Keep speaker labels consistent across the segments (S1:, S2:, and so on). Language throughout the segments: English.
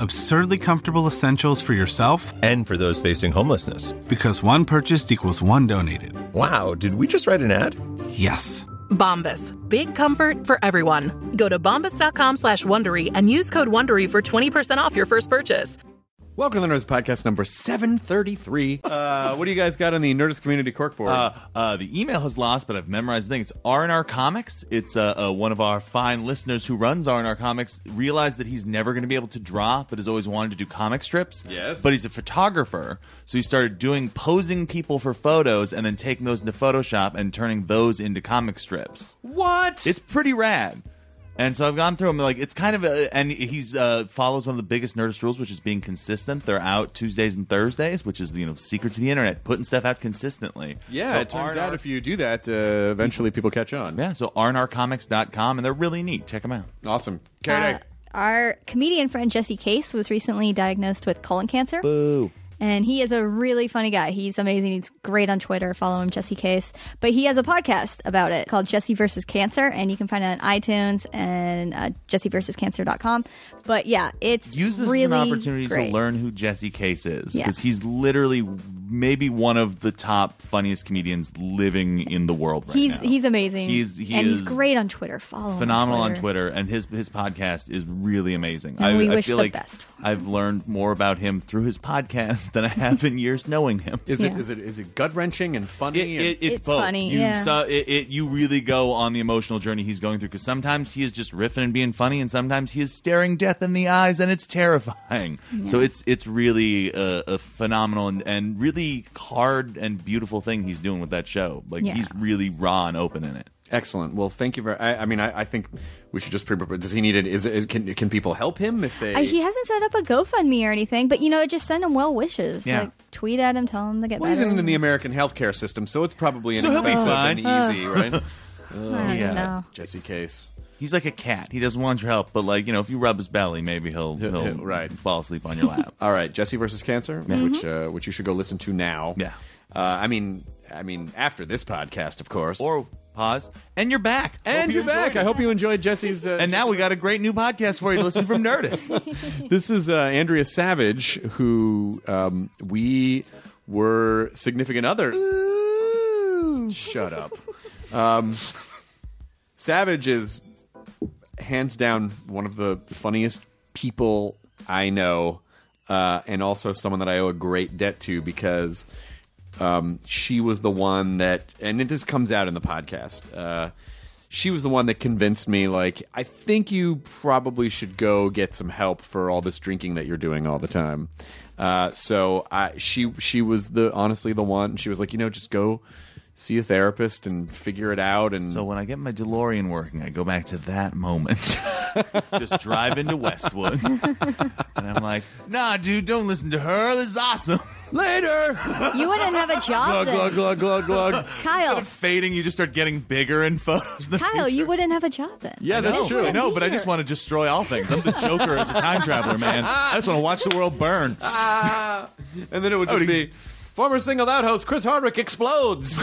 S1: Absurdly comfortable essentials for yourself
S2: and for those facing homelessness.
S1: Because one purchased equals one donated.
S2: Wow, did we just write an ad?
S1: Yes.
S3: Bombas. Big comfort for everyone. Go to bombas.com slash Wondery and use code Wondery for 20% off your first purchase.
S4: Welcome to the Nerds Podcast number 733.
S5: Uh, what do you guys got on the Nerdist Community Corkboard?
S6: Uh, uh, the email has lost, but I've memorized the thing. It's R&R Comics. It's uh, uh, one of our fine listeners who runs R&R Comics realized that he's never going to be able to draw, but has always wanted to do comic strips.
S5: Yes.
S6: But he's a photographer, so he started doing posing people for photos and then taking those into Photoshop and turning those into comic strips.
S5: what?
S6: It's pretty rad. And so I've gone through them. Like it's kind of, a, and he's uh, follows one of the biggest Nerdist rules, which is being consistent. They're out Tuesdays and Thursdays, which is you know secrets of the internet, putting stuff out consistently.
S5: yeah,
S6: So
S5: it turns
S6: R&R
S5: out if you do that, uh, eventually people catch on.
S6: yeah, so rnrcomics.com, and they're really neat. Check them out.
S5: Awesome. Katie.
S7: Our comedian friend Jesse Case was recently diagnosed with colon cancer. And he is a really funny guy. He's amazing. He's great on Twitter. Follow him, Jesse Case. But he has a podcast about it called Jesse versus Cancer, and you can find it on iTunes and uh, jesseversuscancer.com. But yeah, it's
S6: Use this
S7: really
S6: as an opportunity
S7: great.
S6: to learn who Jesse Case is
S7: Yeah.
S6: because he's literally maybe one of the top funniest comedians living in the world right
S7: He's
S6: now.
S7: he's amazing.
S6: He's he
S7: and
S6: is
S7: he's great on Twitter. Follow him.
S6: phenomenal on Twitter, and his his podcast is really amazing.
S7: And
S6: I,
S7: we
S6: I
S7: wish
S6: feel
S7: the
S6: like
S7: best.
S6: I've learned more about him through his podcast than I have in years knowing him.
S5: Is it
S7: Yeah.
S5: is it is it gut wrenching and funny?
S6: It,
S5: and-
S6: it, it's,
S7: It's
S6: both.
S7: funny,
S6: You,
S7: yeah.
S6: so- it, it, you really go on the emotional journey he's going through because sometimes he is just riffing and being funny, and sometimes he is staring death in the eyes, and it's terrifying. So it's it's really a, a phenomenal and, and really hard and beautiful thing he's doing with that show. Like
S7: Yeah.
S6: he's really raw and open in it.
S5: Excellent. Well, thank you very. I, I mean, I, I think we should just pre. Does he need it? Is, is can can people help him if they?
S7: Uh, he hasn't set up a GoFundMe or anything, but you know, just send him well wishes.
S6: Yeah.
S7: Like, tweet at him, tell him to get
S5: well, he's
S7: better.
S5: in, in the American healthcare system, so it's probably
S6: So he'll be
S5: inexpensive
S6: fine.
S5: and easy, right?
S7: I don't
S6: yeah.
S7: know.
S5: Jesse Case.
S6: He's like a cat. He doesn't want your help, but like you know, if you rub his belly, maybe he'll
S5: He'll-
S6: he'll,
S5: he'll- right.
S6: fall asleep on your lap.
S5: All right, Jesse versus Cancer, which uh, which you should go listen to now.
S6: Mm-hmm. Yeah.
S5: Uh, I mean, I mean, after this podcast, of course.
S6: or pause, and you're back,
S5: and
S6: Hope you
S5: you're back.
S6: enjoyed it.
S5: I hope you enjoyed Jesse's. Uh,
S6: And now we got a great new podcast for you to listen from Nerdist.
S5: this is uh, Andrea Savage, who um, we were significant other. Shut up. Um, Savage is hands down one of the funniest people I know, uh, and also someone that I owe a great debt to because um, she was the one that, and it, this comes out in the podcast. Uh, she was the one that convinced me, like, I think you probably should go get some help for all this drinking that you're doing all the time. Uh, so I, she, she was the honestly the one. She was like, you know, just go see a therapist and figure it out. And
S6: so when I get my DeLorean working, I go back to that moment. Just drive into Westwood, and I'm like, Nah, dude, don't listen to her. This is awesome.
S5: later,
S7: You wouldn't have a job
S5: glug
S7: then.
S5: glug glug glug glug.
S7: Kyle.
S6: Instead of fading, you just start getting bigger in photos. in the
S7: Kyle,
S6: future.
S7: you wouldn't have a job then.
S5: Yeah, that's
S6: No,
S5: true.
S6: I know, but I just want to destroy all things. I'm the Joker as a time traveler, man. I just want to watch the world burn.
S5: Ah. and then it would just be former singled out host Chris Hardwick explodes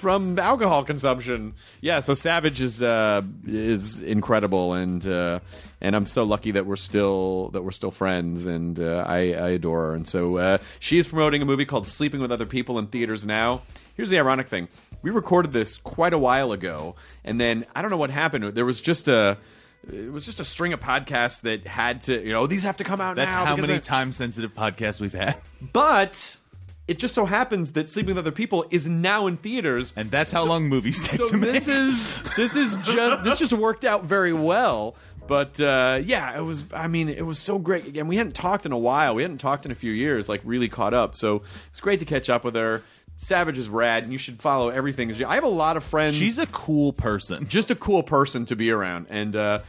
S5: from alcohol consumption. Yeah, so Savage is uh, is incredible, and uh, and I'm so lucky that we're still that we're still friends, and uh, I, I adore her. And so uh, she is promoting a movie called Sleeping with Other People in theaters now. Here's the ironic thing: we recorded this quite a while ago, and then I don't know what happened. There was just a it was just a string of podcasts that had to, you know, "Oh, these have to come out
S6: That's
S5: now.
S6: how
S5: because
S6: many
S5: I-
S6: time sensitive podcasts we've had.
S5: but It just so happens that Sleeping with Other People is now in theaters,
S8: And that's how long movies take
S5: so
S8: to make.
S5: this is this is just this just worked out very well. But uh, yeah, it was. I mean, it was so great. Again, we hadn't talked in a while. We hadn't talked in a few years. Like really caught up. So it's great to catch up with her. Savage is rad, and you should follow everything. I have a lot of friends
S8: She's a cool person.
S5: just a cool person to be around. And uh,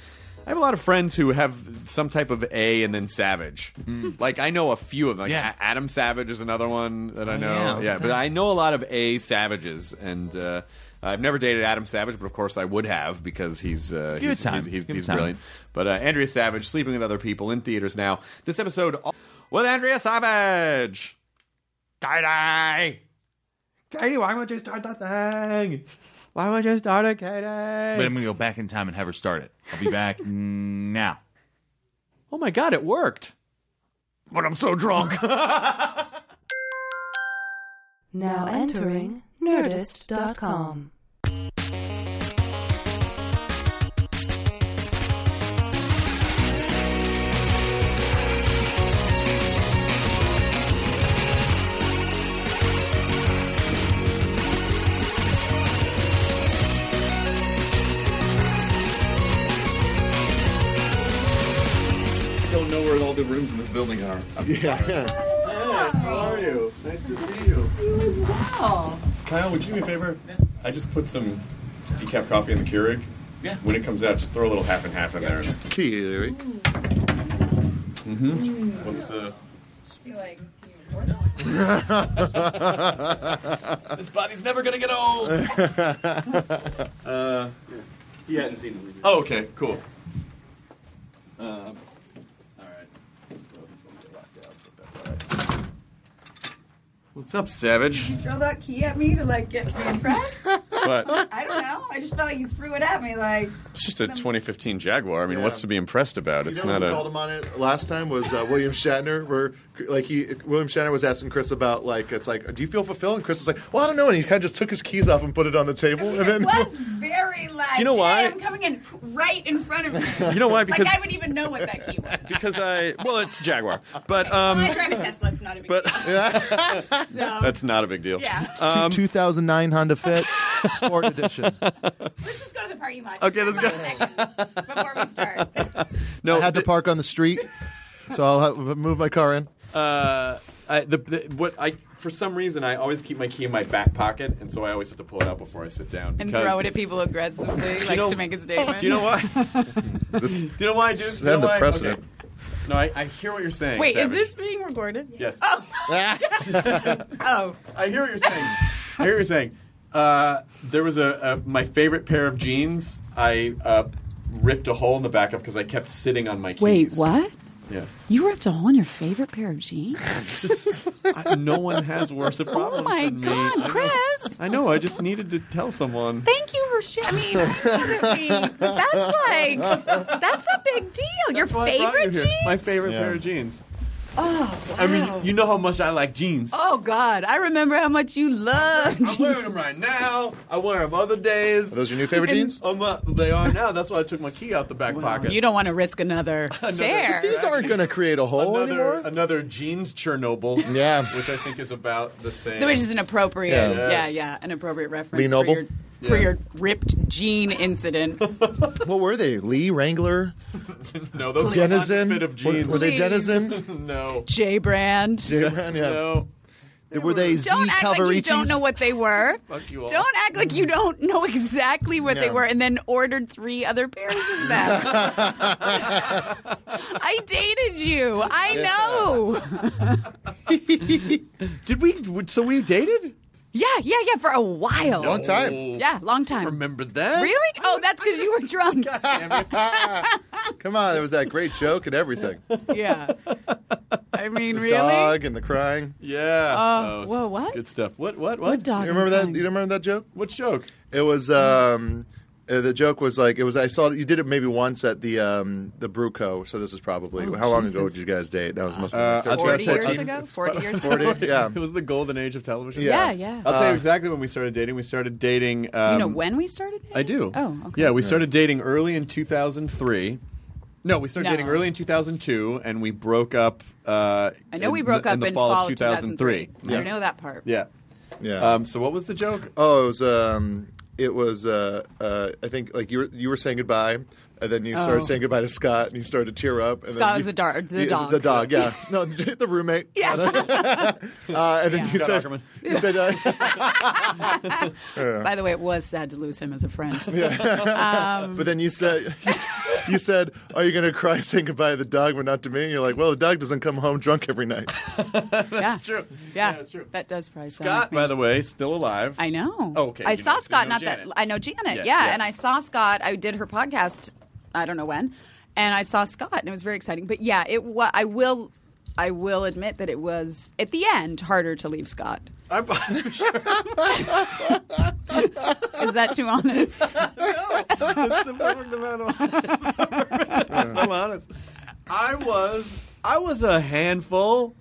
S5: I have a lot of friends who have some type of A and then Savage. Like I know a few of them. Like,
S8: Yeah.
S5: A- Adam Savage is another one that I know.
S8: yeah.
S5: Oh, Yeah, but I know a lot of A Savages, and uh, I've never dated Adam Savage, but of course I would have because he's uh,
S8: Give
S5: he's,
S8: it time.
S5: He's, he's,
S8: Give it
S5: he's
S8: time.
S5: brilliant. But uh, Andrea Savage sleeping with other people in theaters now. This episode al- with Andrea Savage. Die die. Katie, why won't you start the thing? Why won't you start it, Katie?
S8: But I'm gonna go back in time and have her start it. I'll be back now.
S5: Oh my god, it worked. But I'm so drunk.
S9: Now entering Nerdist.com.
S5: I don't know where all the rooms in this building are.
S10: How are you? Nice to see you.
S9: You as well.
S10: Kyle, would you do me a favor? I just put some decaf coffee in the Keurig.
S8: Yeah.
S10: When it comes out, just throw a little half and half in there. Keurig. Mm-hmm.
S5: Mm.
S10: What's the?
S5: This body's never gonna get old. Uh,
S10: You hadn't seen them.
S5: Oh, okay, cool.
S10: Um,
S5: What's up, Savage?
S11: throw that key at me to like get me impressed?
S10: But
S11: I don't know. I just felt like you threw it at me. Like
S5: It's just a 2015 Jaguar. I mean,
S10: Yeah.
S5: what's to be impressed about? It's
S10: you know
S5: not
S10: who
S5: a.
S10: called him on it last time was uh, William Shatner, where like he William Shatner was asking Chris about like it's like do you feel fulfilled? And Chris was like, well, I don't know, and he kind of just took his keys off and put it on the table, and
S11: it
S10: then
S11: was very like.
S5: Do you know why?
S11: "Hey, I'm coming in right in front of you.
S5: You know why? Because
S11: like I would even know what that key was.
S5: because I well, it's Jaguar, but um,
S11: I drive a Tesla. It's not a big
S5: but
S11: deal. So,
S5: that's not a big deal.
S11: yeah.
S5: um,
S6: 2009 Honda Fit Sport Edition.
S11: let's just go to the parking lot.
S5: Okay,
S11: Just
S5: let's
S11: five seconds Before we start,
S5: No,
S6: I had to
S5: th-
S6: park on the street, so I'll have, move my car in.
S5: uh, I, the, the what I for some reason I always keep my key in my back pocket, and so I always have to pull it out before I sit down
S11: and
S5: because-
S11: throw it at people aggressively, like
S5: know-
S11: to make a statement.
S5: Do you know why? do you know why I do? do you
S10: the
S5: know why? Okay.
S10: precedent.
S5: No, I, I hear what you're saying.
S11: Wait,
S5: Savage.
S11: is this being recorded?
S5: Yes.
S11: Oh,
S5: I hear what you're saying. I hear what you're saying. Uh, there was a, a my favorite pair of jeans. I uh, ripped a hole in the back of because I kept sitting on my keys.
S9: Wait, what?
S5: Yeah.
S9: You ripped a hole in your favorite pair of jeans?
S5: I, no one has worse problems.
S9: Oh my
S5: than me.
S9: God,
S5: I know-
S9: Chris!
S5: I know. I just needed to tell someone.
S9: Thank you for sharing. I mean, definitely, but that's like that's a big deal. your
S5: That's why I brought you
S9: favorite
S5: here.
S9: jeans?
S5: My favorite
S6: Yeah.
S5: pair of jeans. Oh, I mean, you know how much I like jeans.
S11: oh God! I remember how much you loved.
S5: I'm wearing them right now. I wear them other days.
S6: Are those your new favorite
S5: And-
S6: jeans?
S5: Um, uh, they are now. That's why I took my key out the back pocket.
S11: You don't want to risk another chair.
S6: These aren't going to create a hole
S5: another
S6: anymore.
S5: another jeans Chernobyl.
S6: Yeah.
S5: which I think is about the same.
S11: Which is an appropriate,
S6: Yeah.
S11: yeah, yeah,
S5: Yes.
S11: an appropriate reference
S6: Lee Noble?
S11: for your for your ripped jean incident.
S6: what were they? Lee Wrangler,
S5: no, those
S6: Denizen.
S5: are not fit of
S6: Were-
S5: jeans.
S6: Were, they
S11: Please.
S6: Denizen?
S5: no,
S11: J brand.
S6: Jay Brown, yeah.
S5: no.
S6: Were they Z
S11: Don't act like you don't
S6: Calvaricis?
S11: know what they were.
S5: Fuck you all.
S11: Don't act like you don't know exactly what they
S6: No.
S11: were, and then ordered three other pairs of them. I dated you. I know.
S5: Did we? So we dated?
S11: Yeah, yeah, yeah. For a while.
S6: Long time.
S11: Yeah, long time.
S5: Oh. Remember that?
S11: Really? Oh, that's because you were drunk.
S6: Come on, there was that great joke and everything.
S11: Yeah. I mean, really?
S6: Dog and the crying. You
S5: Yeah. Oh,
S11: Uh,
S5: it's
S11: whoa, what?
S5: Good stuff. What? What? What?
S9: What dog?
S6: remember that? You don't remember that joke?
S5: What joke?
S6: It was um, uh, the joke was like it was. I saw you did it maybe once at the um, the Bruco. So this is probably how long ago did you guys date? That was must have been
S5: Uh, I'll tell you
S11: Oh, Forty
S5: what,
S11: years
S5: I'll-
S11: ago. Forty years ago.
S6: 40, yeah.
S5: It was the golden age of television.
S6: Yeah. Uh,
S11: Yeah, yeah.
S5: I'll tell you exactly when we started dating. We started dating. Um,
S11: you know when we started?
S5: I do.
S11: Oh, okay.
S5: Yeah, we started dating early in 2003. No, we started
S11: No.
S5: dating early in 2002, and we broke up. Uh,
S11: I know
S5: in
S11: we broke
S5: the-
S11: up
S5: in the
S11: in
S5: fall,
S11: fall
S5: of
S11: of
S5: 2003.
S11: I know that part.
S5: Yeah.
S6: Yeah.
S5: Um, so what was the joke?
S6: Oh, it was um, it was uh, uh, I think like you were you were saying goodbye, and then you
S11: Oh.
S6: started saying goodbye to Scott, and you started to tear up. And
S11: Scott
S6: then
S11: was
S6: you-
S11: the dar- the dog.
S6: The dog, yeah. No, the roommate. Yeah. uh, and then you
S8: Scott
S6: said,
S8: Ackerman.
S6: you said, uh,
S11: By the way, it was sad to lose him as a friend. Um,
S6: but then you said, you said, are you going to cry saying goodbye to the dog, but not to me? And you're like, well, the dog doesn't come home drunk every night.
S11: that's true. Yeah, that's true. That does probably sound like
S5: Scott,
S11: me.
S5: by the way, still alive.
S11: I know.
S5: Oh, okay.
S11: I
S5: You
S11: saw
S5: know- so you
S11: Scott.
S5: know
S11: not
S5: Janet.
S11: that I know Janet.
S5: Yeah,
S11: Yeah,
S5: yeah.
S11: and I saw Scott. I did her podcast. I don't know when, and I saw Scott, and it was very exciting. But yeah, it. Wa- I will. I will admit that it was at the end harder to leave Scott.
S5: I'm,
S11: Is that too honest?
S5: That's the perfect amount of I'm honest. I was I was a handful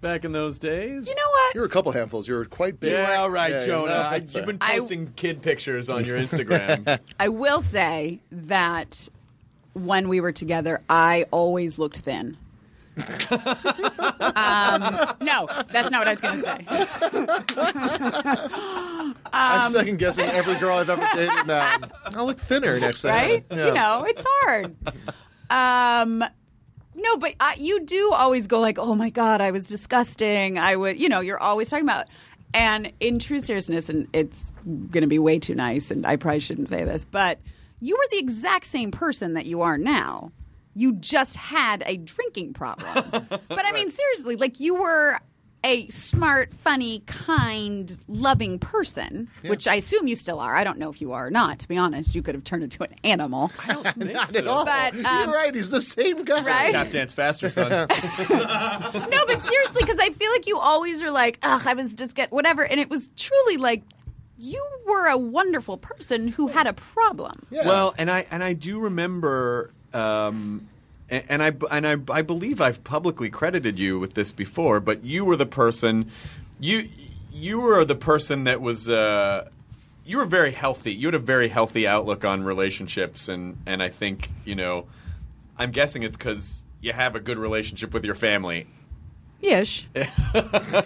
S5: back in those days. You
S11: know what?
S6: You were a couple handfuls. You were quite big.
S5: Yeah, all right,
S6: Yeah, yeah,
S5: Jonah.
S6: no,
S5: I,
S6: that's
S5: you've been
S11: I-
S5: posting kid pictures on your Instagram.
S11: I will say that when we were together, I always looked thin. um, no, that's not what I was going to say.
S6: I'm second guessing every girl I've ever dated now. I look thinner next time.
S11: right? You know, it's hard. Um, no, but I, you do always go like, "Oh my god, I was disgusting." I would, you know, you're always talking about. And in true seriousness, and it's going to be way too nice, and I probably shouldn't say this, but you were the exact same person that you are now. You just had a drinking problem. but I mean, seriously, like you were a smart, funny, kind, loving person, which I assume you still are. I don't know if you are or not, to be honest. You could have turned into an animal.
S6: Not at all.
S11: But, um,
S6: You're right. He's the same guy.
S11: Right?
S5: Tap dance faster, son.
S11: no, but seriously, because I feel like you always are like, ugh, I was just get whatever. And it was truly like, you were a wonderful person who had a problem.
S5: Well, and I and I do remember, um, and, and I and I, I believe I've publicly credited you with this before, but you were the person, you you were the person that was. Uh, you were very healthy. You had a very healthy outlook on relationships, and and I think you know, I'm guessing it's because you have a good relationship with your family.
S11: Ish.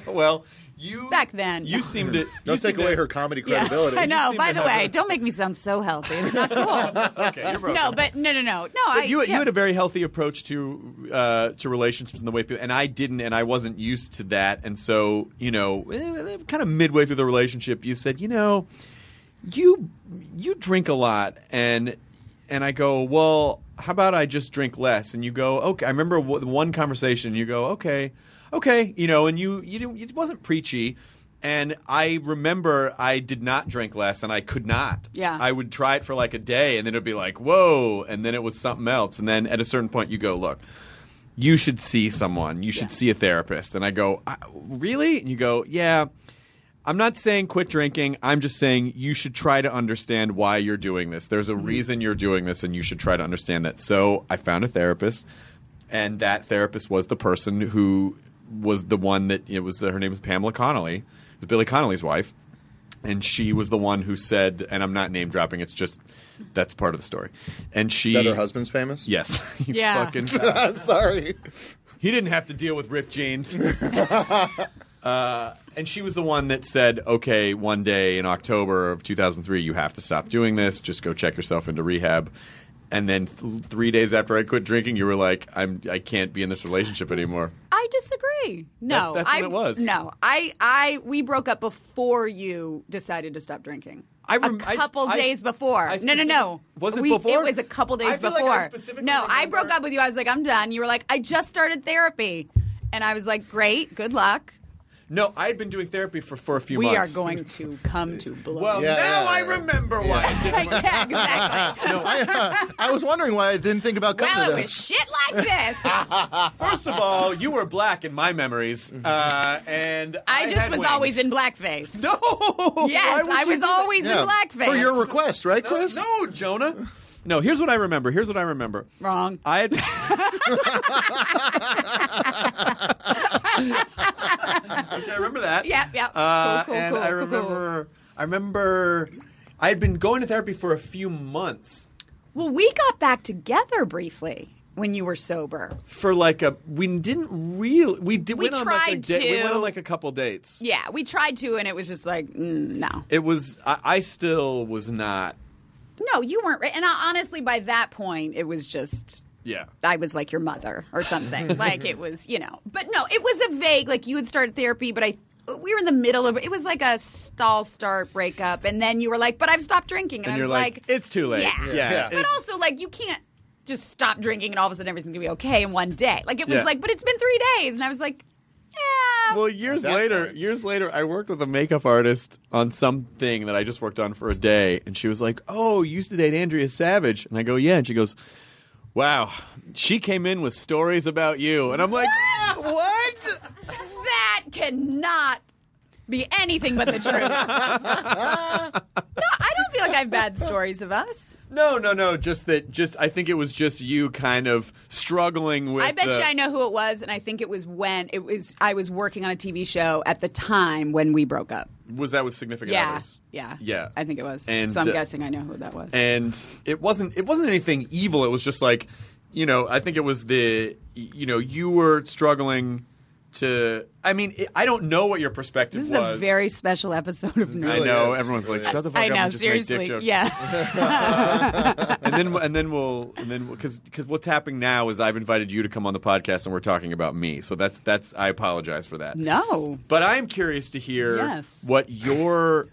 S5: well, you
S11: Back then.
S5: you seem to
S6: Don't
S5: you seem
S6: take away
S5: to-
S6: her comedy
S11: Yeah.
S6: credibility.
S11: I know.
S5: seem
S11: By
S5: to
S11: the
S5: have
S11: way,
S5: a-
S11: don't make me sound so healthy. It's not cool.
S5: Okay, you're broken.
S11: no, but no, no, no, no. I,
S5: But you,
S11: yeah.
S5: you had a very healthy approach to uh, to relationships and the way people, and I didn't, and I wasn't used to that, and so you know, eh, kind of midway through the relationship, you said, you know, you you drink a lot, and and I go, well, how about I just drink less? And you go, okay. I remember w- one conversation, you go, okay, okay, you know, and you you didn't, it wasn't preachy. And I remember I did not drink less, and I could not.
S11: Yeah.
S5: I would try it for like a day, and then it'd be like, whoa, and then it was something else. And then at a certain point, you go, look, you should see someone. You should see a therapist. And I go, I, really? And you go, yeah. I'm not saying quit drinking. I'm just saying you should try to understand why you're doing this. There's
S6: Mm-hmm.
S5: a reason you're doing this, and you should try to understand that. So I found a therapist, and that therapist was the person who was the one that it was. her name was Pamela Connolly, it was Billy Connolly's wife, and she was the one who said, and I'm not name dropping. It's just that's part of the story. And she
S6: That her husband's famous?
S5: Yes. You
S11: Yeah.
S5: fucking bastard.
S6: Sorry.
S5: He didn't have to deal with ripped jeans. uh, and she was the one that said, okay, one day in October of 2003, you have to stop doing this. Just go check yourself into rehab. And then th- three days after I quit drinking, you were like, I'm, I can't be in this relationship anymore.
S11: I disagree. No,
S5: That- that's what
S11: I,
S5: it was.
S11: No, I, I, we broke up before you decided to stop drinking.
S5: I rem- I
S11: a
S5: s-
S11: couple
S5: I s-
S11: days before.
S5: I
S11: no, no, no.
S5: specific- was it
S11: We-
S5: before?
S11: It was a couple
S5: I
S11: days
S5: feel like I
S11: before.
S5: specifically
S11: no, I
S5: remember-
S11: broke up with you. I was like, I'm done. You were like, I just started therapy, and I was like, great, good luck.
S5: No, I had been doing therapy for, for a few
S11: We
S5: months.
S11: are going to come to blows.
S5: Well,
S6: Yeah,
S5: now
S6: yeah,
S5: I
S6: yeah.
S5: remember why it didn't work.
S11: yeah, exactly.
S6: No, I, uh, I was wondering why I didn't think about coming
S11: well,
S6: to
S11: it was
S6: this.
S11: shit like this.
S5: First of all, you were black in my memories, uh, and
S11: I just
S5: had
S11: was
S5: wings.
S11: always in blackface.
S5: No.
S11: Yes,
S5: Why would
S11: I
S5: you
S11: was
S5: do that?
S11: always in blackface.
S6: For your request, right, Chris?
S5: No, Jonah. No, here's what I remember. Here's what I remember.
S11: Wrong.
S5: I had Okay, I remember that.
S11: Yep, yep.
S5: Uh,
S11: Cool, cool,
S5: and
S11: cool,
S5: I
S11: cool, cool.
S5: remember I remember I had been going to therapy for a few months.
S11: Well, we got back together briefly. when you were sober.
S5: for like a we didn't really we did
S11: We
S5: went on like a
S11: tried
S5: date- we went
S11: to.
S5: on like a couple dates.
S11: Yeah, we tried to, and it was just like, mm, no,
S5: It was I, I still was not
S11: no, you weren't. Right. And I, honestly, by that point, it was just
S5: yeah.
S11: I was like your mother or something. like it was, you know. But no, it was a vague. Like you had started therapy, but I we were in the middle of it was like a stall start breakup, and then you were like, "But I've stopped drinking," and,
S5: And
S11: I
S5: you're
S11: was
S5: like,
S11: like,
S5: "It's too late."
S11: Yeah,
S5: Yeah. Yeah.
S11: But
S5: It-
S11: also, like you can't just stop drinking and all of a sudden everything's gonna be okay in one day. Like it was
S5: Yeah.
S11: like, but it's been three days, and I was like,
S5: Well, years later, years later, I worked with a makeup artist on something that I just worked on for a day, and she was like, "Oh, you used to date Andrea Savage," and I go, "Yeah," and she goes, "Wow, she came in with stories about you," and I'm like,
S11: "What? what? that cannot." Be anything but the truth. no, I don't feel like I've bad stories of us.
S5: "No, no, no, just that, just I think it was just you kind of struggling with."
S11: I bet
S5: the-
S11: you I know who it was, and I think it was when it was. I was working on a TV show at the time when we broke up.
S5: Was that with significant
S11: Yeah,
S5: others?
S11: yeah,
S5: yeah.
S11: I think it was.
S5: And,
S11: so I'm
S5: uh,
S11: guessing I know who that was.
S5: and it wasn't it wasn't anything evil it was just like you know i think it was the you know you were struggling to i mean it, i don't know what your perspective
S11: this is
S5: was
S11: a very special episode of Nerd.
S5: I know everyone's like, shut the fuck
S11: I
S5: up
S11: know,
S5: and just make dick
S11: seriously,
S5: jokes.
S11: yeah.
S5: and then and then we'll and then because because what's happening now is I've invited you to come on the podcast and we're talking about me so that's that's I apologize for that
S11: No.
S5: but I'm curious to hear
S11: Yes.
S5: what your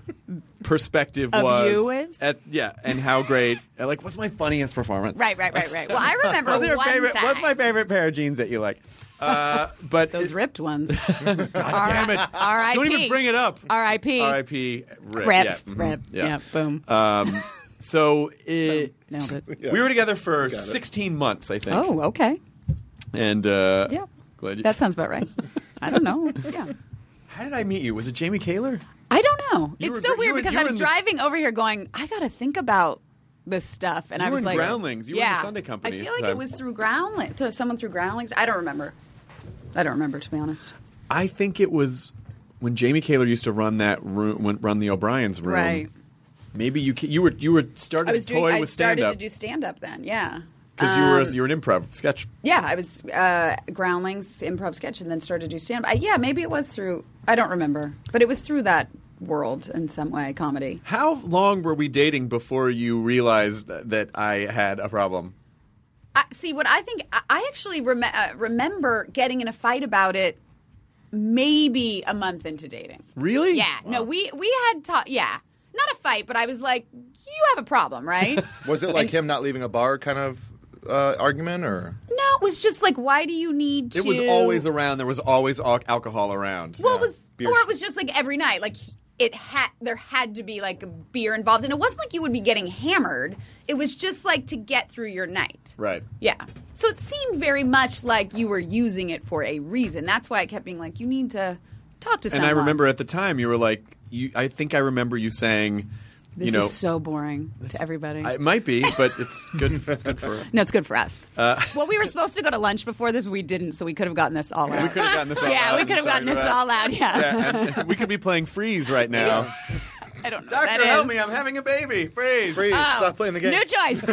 S5: perspective
S11: Of
S5: was
S11: you is?
S5: at yeah and how great like what's my funniest performance
S11: Right, right, right, right. Well, I remember
S5: What's your
S11: one
S5: favorite-
S11: time.
S5: What's my favorite pair of jeans that you like? Uh, but
S11: those ripped ones.
S5: God damn it!
S11: R.I.P.
S5: Don't even bring it up.
S11: R.I.P.
S5: R.I.P. Rip.
S11: Rip,
S5: Yeah. mhm,
S11: rip, yeah, boom.
S5: Um, so it,
S11: Nailed it.
S5: we were together for
S11: Got it.
S5: 16 months, I think.
S11: Oh, okay.
S5: And uh,
S11: Yeah.
S5: glad you,
S11: That sounds about right. I don't know. Yeah.
S5: How did I meet you? Was it Jamie Kaler?
S11: I don't know.
S5: You were
S11: it's so
S5: gr- you
S11: weird
S5: were-
S11: because
S5: you
S11: I
S5: were
S11: was
S5: in this-
S11: driving over here going, I got to think about this stuff. And
S5: You
S11: I
S5: were
S11: was
S5: in
S11: like,
S5: Groundlings. You were in the
S11: yeah.
S5: Sunday Company
S11: I
S5: at
S11: feel
S5: the
S11: like
S5: time.
S11: it was through Groundlings, through someone through Groundlings. I don't remember. I don't remember, to be honest.
S5: I think it was when Jamie Kaler used to run that room, when, run the O'Brien's room.
S11: Right.
S5: Maybe you ca- you were you were started
S11: I was
S5: to
S11: doing,
S5: toy
S11: I
S5: with
S11: started
S5: stand up
S11: to do stand up then, yeah.
S5: because you were
S11: Um,
S5: you were an improv sketch
S11: yeah, I was uh, Groundlings improv sketch and then started to do stand up. Yeah, maybe it was through, I don't remember, but it was through that world in some way, comedy.
S5: How long were we dating before you realized that, that I had a problem?
S11: I, see what I think. I, I actually rem- uh, remember getting in a fight about it, maybe a month into dating.
S5: Really?
S11: Yeah. No, we we had ta- yeah, not a fight, but I was like, you have a problem, right?
S6: Was it like him not leaving a bar kind of uh, argument or?
S11: no, it was just like, why do you need to?
S5: It was always around. There was always al- alcohol around.
S11: Well, it was
S5: Beer.
S11: or it was just like every night, like. It had there had to be like a beer involved, and it wasn't like you would be getting hammered. It was just like to get through your night.
S5: Right.
S11: Yeah. So it seemed very much like you were using it for a reason. That's why I kept being like, you need to talk to
S5: And
S11: someone.
S5: I remember uh, at the time you were like, you. I think I remember you saying,
S11: This
S5: you know,
S11: is so boring to everybody.
S5: it might be, but it's good. it's good for.
S11: no, it's good for us.
S5: Uh,
S11: Well, we were supposed to go to lunch before this. We didn't, so we could have gotten this all out.
S5: we could have gotten this all
S11: yeah,
S5: out
S11: we
S5: and
S11: could have gotten
S5: talking
S11: this
S5: about-
S11: all out. Yeah.
S5: Yeah, and we could be playing freeze right now.
S11: I don't know.
S5: Doctor,
S11: that
S5: help
S11: is.
S5: me! I'm having a baby. Freeze!
S11: Freeze, Oh, stop playing the game. new choice.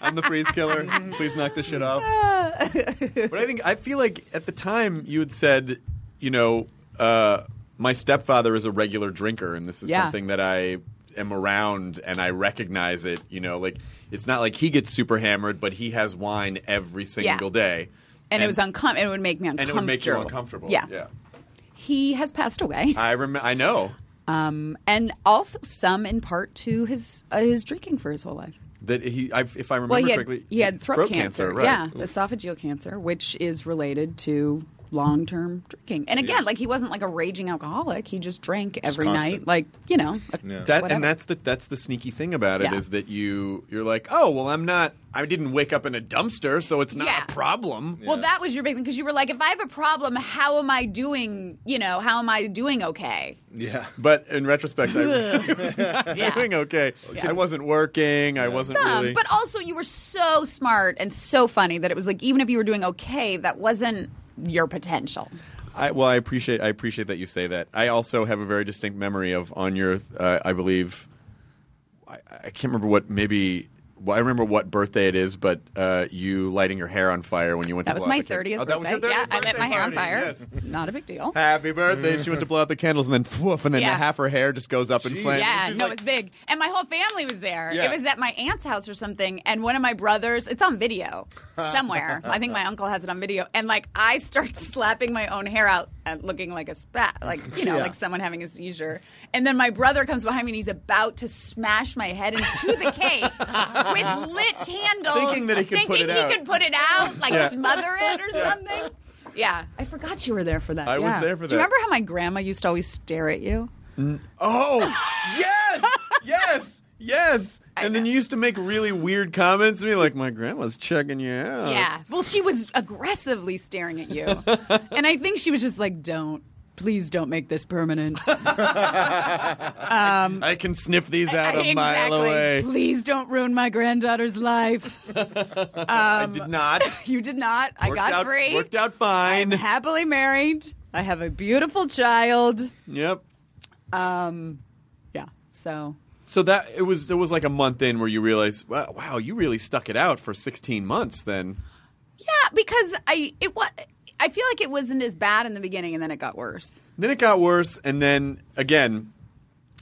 S5: I'm the freeze killer. Please knock this shit off. but I think I feel like at the time you had said, you know, uh, my stepfather is a regular drinker, and this is
S11: Yeah.
S5: something that I am around and I recognize it. You know, like it's not like he gets super hammered, but he has wine every single day,
S11: And, it was uncomfortable. It would make me
S5: and
S11: uncomfortable.
S5: it would make you uncomfortable.
S11: Yeah.
S5: yeah.
S11: He has passed away.
S5: I rem- I know
S11: um, and also some in part to his uh, his drinking for his whole life.
S5: that he. I, if I remember
S11: well, he had,
S5: correctly,
S11: he had throat,
S5: cancer.
S11: cancer,
S5: right?
S11: yeah, esophageal cancer, which is related to long term drinking. And again, like he wasn't like a raging alcoholic; he just drank every
S5: constant.
S11: night, like you know. a-
S5: That
S11: whatever.
S5: and that's the that's the sneaky thing about it is
S11: Yeah.
S5: that you you're like oh well I'm not I didn't wake up in a dumpster so it's not
S11: Yeah.
S5: a problem.
S11: Well, that was your big thing because you were like, if I have a problem, how am I doing? You know, how am I doing okay?
S5: yeah. But in retrospect, I was
S11: Yeah.
S5: doing okay.
S11: Yeah.
S5: I wasn't working. I wasn't
S11: Some,
S5: really.
S11: but also you were so smart and so funny that it was like, even if you were doing okay, that wasn't your potential.
S5: I, well, I appreciate I appreciate that you say that. I also have a very distinct memory of on your uh, I believe I, I can't remember what maybe. Well, I remember what birthday it is, but uh, you lighting your hair on fire when you went
S11: That
S5: to
S11: was
S5: blow out
S11: my
S5: the candle.
S11: 30th
S5: Oh,
S11: birthday.
S5: that was your 30th
S11: yeah, I lit my
S5: birthday
S11: hair on
S5: party,
S11: fire.
S5: yes.
S11: Not a big deal.
S5: Happy birthday! She went to blow out the candles, and then woof, and then
S11: Yeah.
S5: half her hair just goes up in flames.
S11: Yeah,
S5: She's
S11: no,
S5: like,
S11: it was big. And my whole family was there.
S5: Yeah.
S11: It was at my aunt's house or something. And one of my brothers, it's on video somewhere. I think my uncle has it on video. And like, I start slapping my own hair out and looking like a spat, like, you know,
S12: Yeah.
S11: like someone having a seizure. And then my brother comes behind me and he's about to smash my head into the cake with lit candles.
S12: Thinking that he could put
S11: thinking
S12: it
S11: he
S12: out.
S11: could put it out, like
S12: Yeah.
S11: smother it or something. Yeah, I forgot you were there for that.
S5: I was
S11: Yeah.
S5: there for
S11: Do you
S5: that.
S11: remember how my grandma used to always stare at you?
S5: Oh, yes, yes, yes. And then you used to make really weird comments to me, like my grandma's checking you out.
S11: Yeah. Well, she was aggressively staring at you. and I think she was just like, don't. Please don't make this permanent. um,
S5: I can sniff these out a
S11: exactly.
S5: mile away.
S11: Please don't ruin my granddaughter's life. Um,
S5: I did not.
S11: You did not. I
S5: Worked
S11: got
S5: out-
S11: free.
S5: Worked out fine.
S11: I'm happily married. I have a beautiful child.
S5: Yep.
S11: Um, yeah. So
S5: So that it was it was like a month in where you realize, wow, wow you really stuck it out for 16 months then.
S11: yeah, because I it was. I feel like it wasn't as bad in the beginning, and then it got worse.
S5: Then it got worse and then again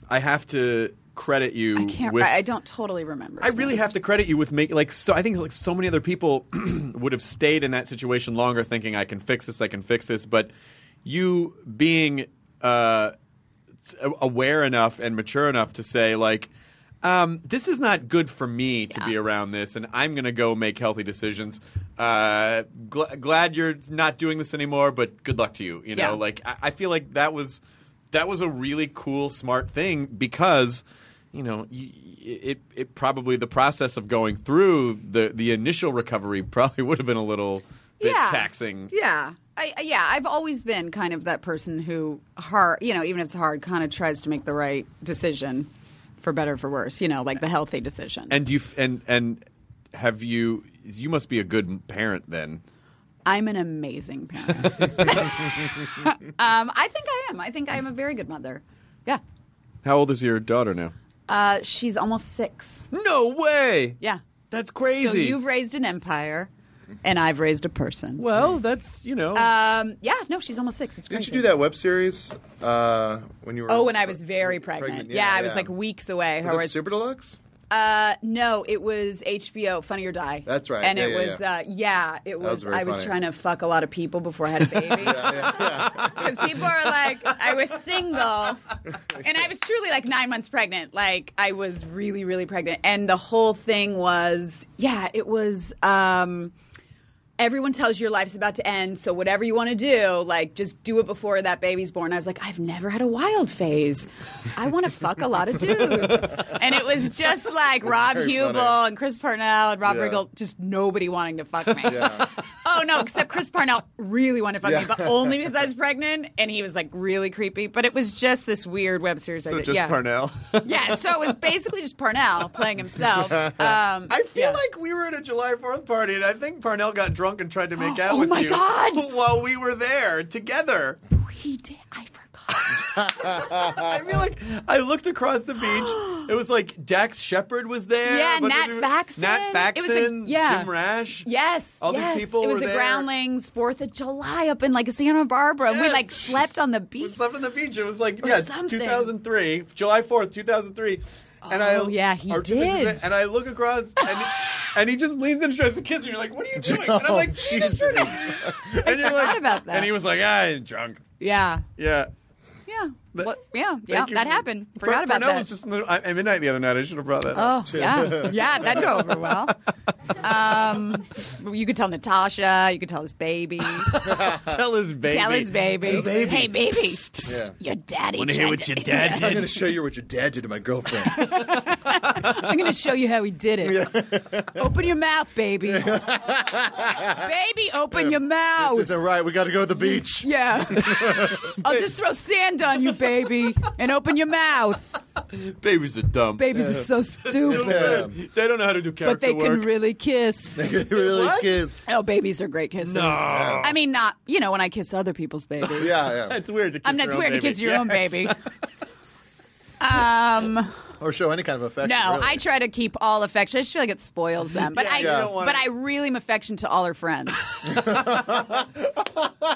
S5: I have to credit you
S11: I can't.
S5: with
S11: I, I don't totally remember.
S5: I really have to credit you with making like so. I think like so many other people would have stayed in that situation longer, thinking I can fix this, I can fix this. But you being uh, t- aware enough and mature enough to say like. Um, this is not good for me to be around this, and I'm going to go make healthy decisions. Uh, gl- glad you're not doing this anymore, but good luck to you. You know,
S13: Yeah.
S5: like I-, I feel like that was that was a really cool, smart thing because you know, y- it it probably the process of going through the the initial recovery probably would have been a little bit
S11: Yeah.
S5: taxing.
S11: Yeah. I, I- yeah, I've always been kind of that person who hard, you know, even if it's hard, kind of tries to make the right decision for better or for worse, you know, like the healthy decision.
S5: And you f- and and have you you must be a good parent then.
S11: I'm an amazing parent. um, I think I am. I think I am a very good mother. Yeah.
S5: How old is your daughter now?
S11: Uh, she's almost 6.
S5: No way.
S11: Yeah.
S5: That's
S11: So you've raised an empire and I've raised a person.
S5: Well, that's, you know.
S11: Um, yeah, no, she's almost 6. It's
S10: Didn't
S11: crazy.
S10: you do that web series uh, when you were?
S11: Oh, when I was very pregnant.
S10: Pregnant,
S11: yeah,
S10: yeah,
S11: I was
S10: yeah.
S11: like weeks away.
S10: Was
S11: Her
S10: it
S11: words-
S10: Super Deluxe?
S11: Uh, no, it was HBO, Funny or Die.
S10: That's right.
S11: And
S10: Yeah,
S11: it
S10: yeah,
S11: was,
S10: yeah.
S11: Uh, yeah, it
S10: That
S11: was.
S10: was very
S11: I was
S10: funny.
S11: trying to fuck a lot of people before I had a baby. Because people are like, I was single, and I was truly like nine months pregnant. Like I was really, really pregnant, and the whole thing was, yeah, it was. Um, Everyone tells you your life's about to end, so whatever you want to do, like just do it before that baby's born. I was like, I've never had a wild phase. I want to fuck a lot of dudes and it was just like
S12: That's
S11: Rob
S12: very
S11: Hubel
S12: funny.
S11: and Chris Parnell and Rob
S12: Yeah.
S11: Riggle, just nobody wanting to fuck me. Oh no, except Chris Parnell really wanted to fuck
S12: Yeah.
S11: me, but only because I was pregnant and he was like really creepy. But it was just this weird web series. I
S5: So
S11: did.
S5: just
S11: yeah.
S5: Parnell.
S11: yeah, so it was basically just Parnell playing himself. Um,
S5: I feel like we were at a July Fourth party, and I think Parnell got drunk and tried to make out
S11: Oh
S5: with
S11: my
S5: you
S11: God!
S5: while we were there together.
S11: he did. I
S5: I feel like I looked across the beach. It was like Dax Shepard was there.
S11: Yeah,
S5: but-
S11: Nat Faxon.
S5: Nat
S11: It was
S5: Faxon.
S11: a- yeah.
S5: Jim Rash.
S11: Yes.
S5: All these
S11: yes.
S5: people
S11: It was
S5: were
S11: a
S5: there.
S11: Groundlings Fourth of July up in like Santa Barbara. And we
S5: Yes.
S11: like slept on the beach. We
S5: slept on the beach. It was like
S11: or
S5: yeah,
S11: something.
S5: 2003, July 4th, 2003. and I,
S11: Oh, yeah, he
S5: or 2003,
S11: did.
S5: And I look across, and, and he just leans in and tries to kiss me. You're like, "What are you doing?" And I'm like,
S10: Oh,
S5: "Jesus!" and you're like,
S11: about that.
S5: And he was like, "Ah, I'm drunk."
S11: Yeah.
S5: Yeah.
S11: Yeah. Well, yeah. Yeah.
S5: Thank you
S11: That
S5: for-
S11: happened. Forgot
S5: Fern-
S11: about
S5: Fernell
S11: that.
S5: was just in the, I- at midnight the other night. I should have brought that.
S11: Oh,
S5: up.
S11: yeah. Yeah, that'd go over well. Um, you could tell Natasha. You could tell his baby.
S5: Tell his baby.
S11: Oh. Tell his baby.
S5: Hey, baby.
S11: Hey, baby.
S10: Yeah.
S11: Your daddy.
S10: Wanna
S11: tried to-
S10: I'm going to show you what your dad did to my girlfriend.
S11: I'm going to show you how he did it. open your mouth, baby. baby, open your mouth.
S10: This isn't right. We got to go to the beach.
S11: Yeah. I'll just throw sand on you, baby, and open your mouth.
S5: Babies are dumb.
S11: Babies are so stupid.
S5: They don't know how to do character
S11: but they can
S5: work.
S11: really kiss. They
S10: can really What? kiss.
S11: Oh, babies are great kissers.
S5: No.
S11: I mean, not you know when I kiss other people's babies.
S5: Yeah, yeah. It's weird to kiss
S11: I mean,
S5: your
S11: it's
S5: own
S11: weird
S5: baby.
S11: to kiss your own
S5: Yes.
S11: baby. um,
S10: or show any kind of affection.
S11: No,
S10: really.
S11: I try to keep all affection. I just feel like it spoils them, but
S10: Yeah,
S11: I
S10: you don't wanna-
S11: but I really am affection to all her friends.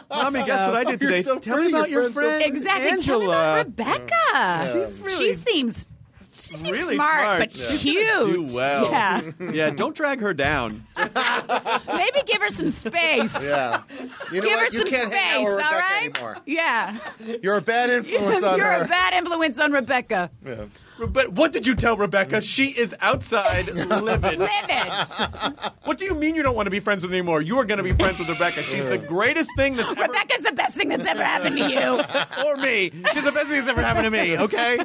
S8: Mommy, guess what I did today? Tell me about your friend
S11: exactly. Tell me
S8: Angela.
S11: about Rebecca.
S8: She's
S11: she seems she seems
S5: Really
S11: smart, but
S5: Yeah. She's gonna
S11: cute.
S5: Do well.
S11: Yeah,
S5: yeah. Don't drag her down.
S11: maybe give her some space.
S5: Yeah.
S10: You know
S11: give
S10: what? You
S11: her some
S10: can't
S11: space.
S10: hang out
S11: all
S10: with Rebecca
S11: right.
S10: anymore.
S11: Yeah.
S10: You're a bad influence on
S11: You're
S10: her.
S11: a bad influence on Rebecca.
S10: Yeah.
S5: But what did you tell Rebecca? She is outside livid.
S11: Livid.
S5: What do you mean you don't want to be friends with anymore? You are going to be friends with Rebecca. She's the greatest thing that's ever
S11: Rebecca's the best thing that's ever happened to you.
S5: or me. She's the best thing that's ever happened to me. Okay.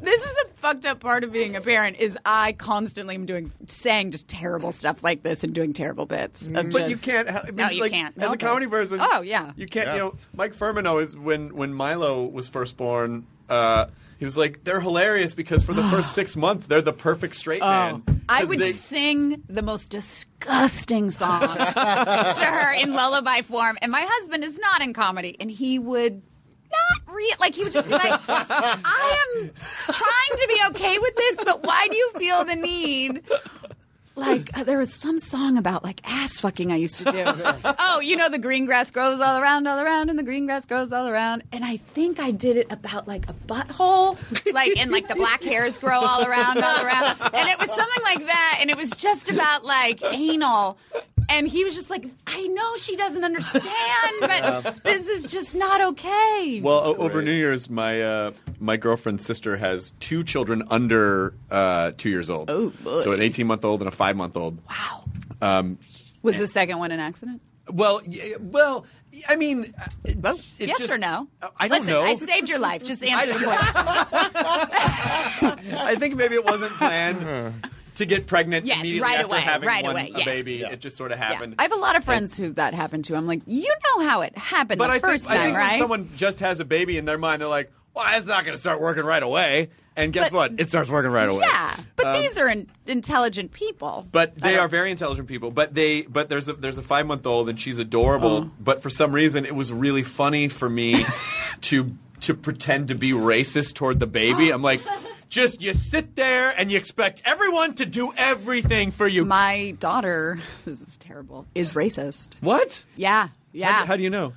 S11: This is the fucked up part of being a parent is I constantly am doing saying just terrible stuff like this and doing terrible bits. Of
S5: But
S11: just-
S5: you can't. hel- I mean,
S11: no, you
S5: like, As
S11: can't.
S5: a
S11: help it.
S5: comedy person,
S11: Oh yeah.
S5: you can't. You know, Mike Furman always when when Milo was first born, uh, he was like, they're hilarious because for the first six months, they're the perfect straight man. 'Cause
S11: Oh, I would
S5: they-
S11: sing the most disgusting songs to her in lullaby form, and my husband is not in comedy, and he would not re like he would just be like, "I am trying to be okay with this, but why do you feel the need?" Like uh, there was some song about like ass fucking I used to do. oh, you know the green grass grows all around, all around, and the green grass grows all around. And I think I did it about like a butthole, like and like the black hairs grow all around, all around. And it was something like that. And it was just about like anal. And he was just like, I know she doesn't understand,
S5: Yeah.
S11: but this is just not okay.
S5: Well, o- over New Year's, my uh, my girlfriend's sister has two children under uh, two years old.
S11: Oh, boy.
S5: So an eighteen month old and a five month old. Wow. Um,
S11: was the second one an accident?
S5: well, y- well, I mean, uh, it- it
S11: yes
S5: just-
S11: or no?
S5: I don't
S11: Listen,
S5: know.
S11: I saved your life. Just answer the question.
S5: I think maybe it wasn't planned to get pregnant
S11: Yes,
S5: immediately
S11: right
S5: after
S11: away,
S5: having
S11: right
S5: one,
S11: away,
S5: a
S11: yes.
S5: baby.
S11: Yeah.
S5: It just sort of happened.
S11: I have a lot of friends who that happened to. I'm like, you know how it happened
S5: but
S11: the
S5: I
S11: first
S5: think, I
S11: time,
S5: think
S11: right?
S5: when someone just has a baby in their mind, they're like, "Well, it's not going to start working right away." And guess what? It starts working right away.
S11: yeah, but
S5: Um,
S11: these are in- intelligent people.
S5: But they are very intelligent people. But they but there's a there's a five month old and she's adorable.
S11: Oh.
S5: But for some reason, it was really funny for me to to pretend to be racist toward the baby. I'm like. Just you sit there and you expect everyone to do everything for you.
S11: My daughter, this is terrible, is racist.
S5: What?
S11: Yeah,
S5: How do-
S11: yeah.
S5: How, do you know?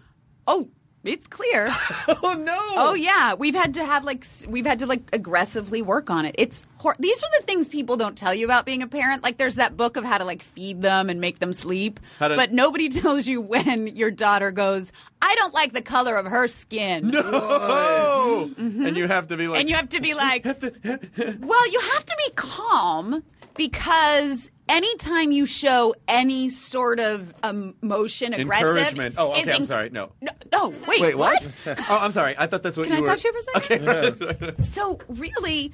S11: oh, it's clear.
S5: oh no.
S11: Oh yeah, we've had to have like s- we've had to like aggressively work on it. It's hor- these are the things people don't tell you about being a parent. Like there's that book of how to like feed them and make them sleep,
S5: How to-
S11: but nobody tells you when your daughter goes, "I don't like the color of her skin."
S5: No. And you have to be like,
S11: and you have to be like, well, you have to be calm because anytime you show any sort of emotion, aggressive
S5: encouragement. Oh,
S11: is
S5: okay. I'm
S11: en-
S5: sorry. No.
S11: No, no, wait,
S5: what? oh, I'm sorry. I thought that's what
S11: Can
S5: you
S11: I
S5: were.
S11: talk to you for a second?
S5: Okay.
S11: So really,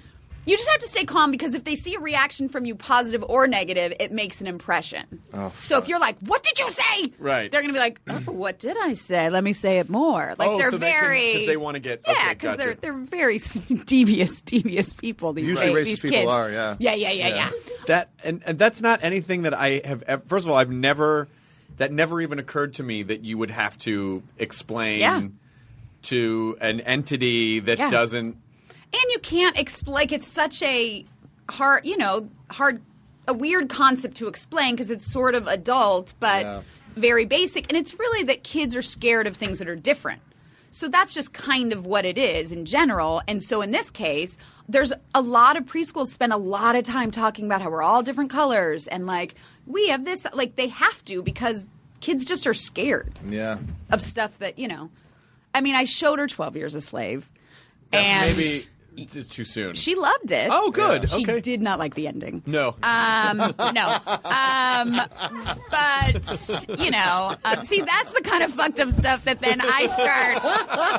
S11: you just have to stay calm because if they see a reaction from you, positive or negative, it makes an impression.
S5: Oh,
S11: so if you're like, "What did you say?"
S5: Right.
S11: They're gonna be like, "Oh, what did I say? Let me say it more." Like
S5: Oh,
S11: they're
S5: so they can-
S11: very
S5: 'cause they wanna get-
S11: yeah,
S5: okay,
S11: because
S5: gotcha.
S11: they're they're very devious, devious people. These
S5: Usually
S11: days,
S5: racist
S11: these
S5: people
S11: kids.
S5: are, yeah.
S11: yeah, yeah, yeah, yeah.
S5: That and, and that's not anything that I have. ev- First of all, I've never that never even occurred to me that you would have to explain
S11: Yeah.
S5: to an entity that
S11: Yeah.
S5: doesn't.
S11: And you can't explain. Like it's such a hard, you know, hard, a weird concept to explain because it's sort of adult, but
S5: Yeah.
S11: very basic. And it's really that kids are scared of things that are different. So that's just kind of what it is in general. And so in this case, there's a lot of preschools spend a lot of time talking about how we're all different colors and like we have this. Like they have to because kids just are scared
S10: Yeah.
S11: of stuff that you know. I mean, I showed her Twelve Years a Slave, and
S5: Maybe it's too soon.
S11: she loved it.
S5: Oh, good.
S11: She
S5: Okay.
S11: did not like the ending.
S5: No.
S11: Um, no. Um, but you know, um, see, that's the kind of fucked up stuff that then I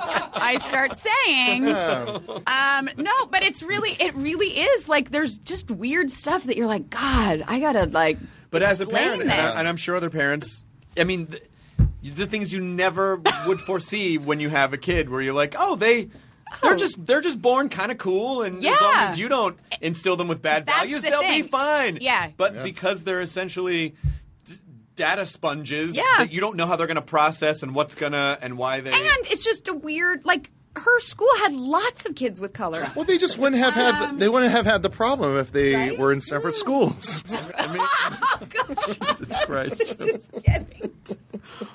S11: start, I start saying. Um, no, but it's really, it really is like there's just weird stuff that you're like, God, I gotta like.
S5: But as a
S11: explain
S5: parent, and,
S11: this.
S5: I, and I'm sure other parents, I mean, th- the things you never would foresee when you have a kid, where you're like, oh, they. They're just they're just born kind of cool, and as long
S11: Yeah.
S5: as you don't instill them with bad
S11: That's
S5: values,
S11: the
S5: they'll
S11: thing.
S5: be fine.
S11: Yeah.
S5: but
S11: Yeah.
S5: because they're essentially d- data sponges,
S11: Yeah.
S5: that you don't know how they're going to process and what's gonna and why they.
S11: And it's just a weird, like, her school had lots of kids with color.
S6: Well, they just wouldn't have had
S11: Um,
S6: the, they wouldn't have had the problem if they were in separate
S11: Hmm.
S6: schools.
S11: Oh,
S5: Jesus Christ.
S11: This is getting t-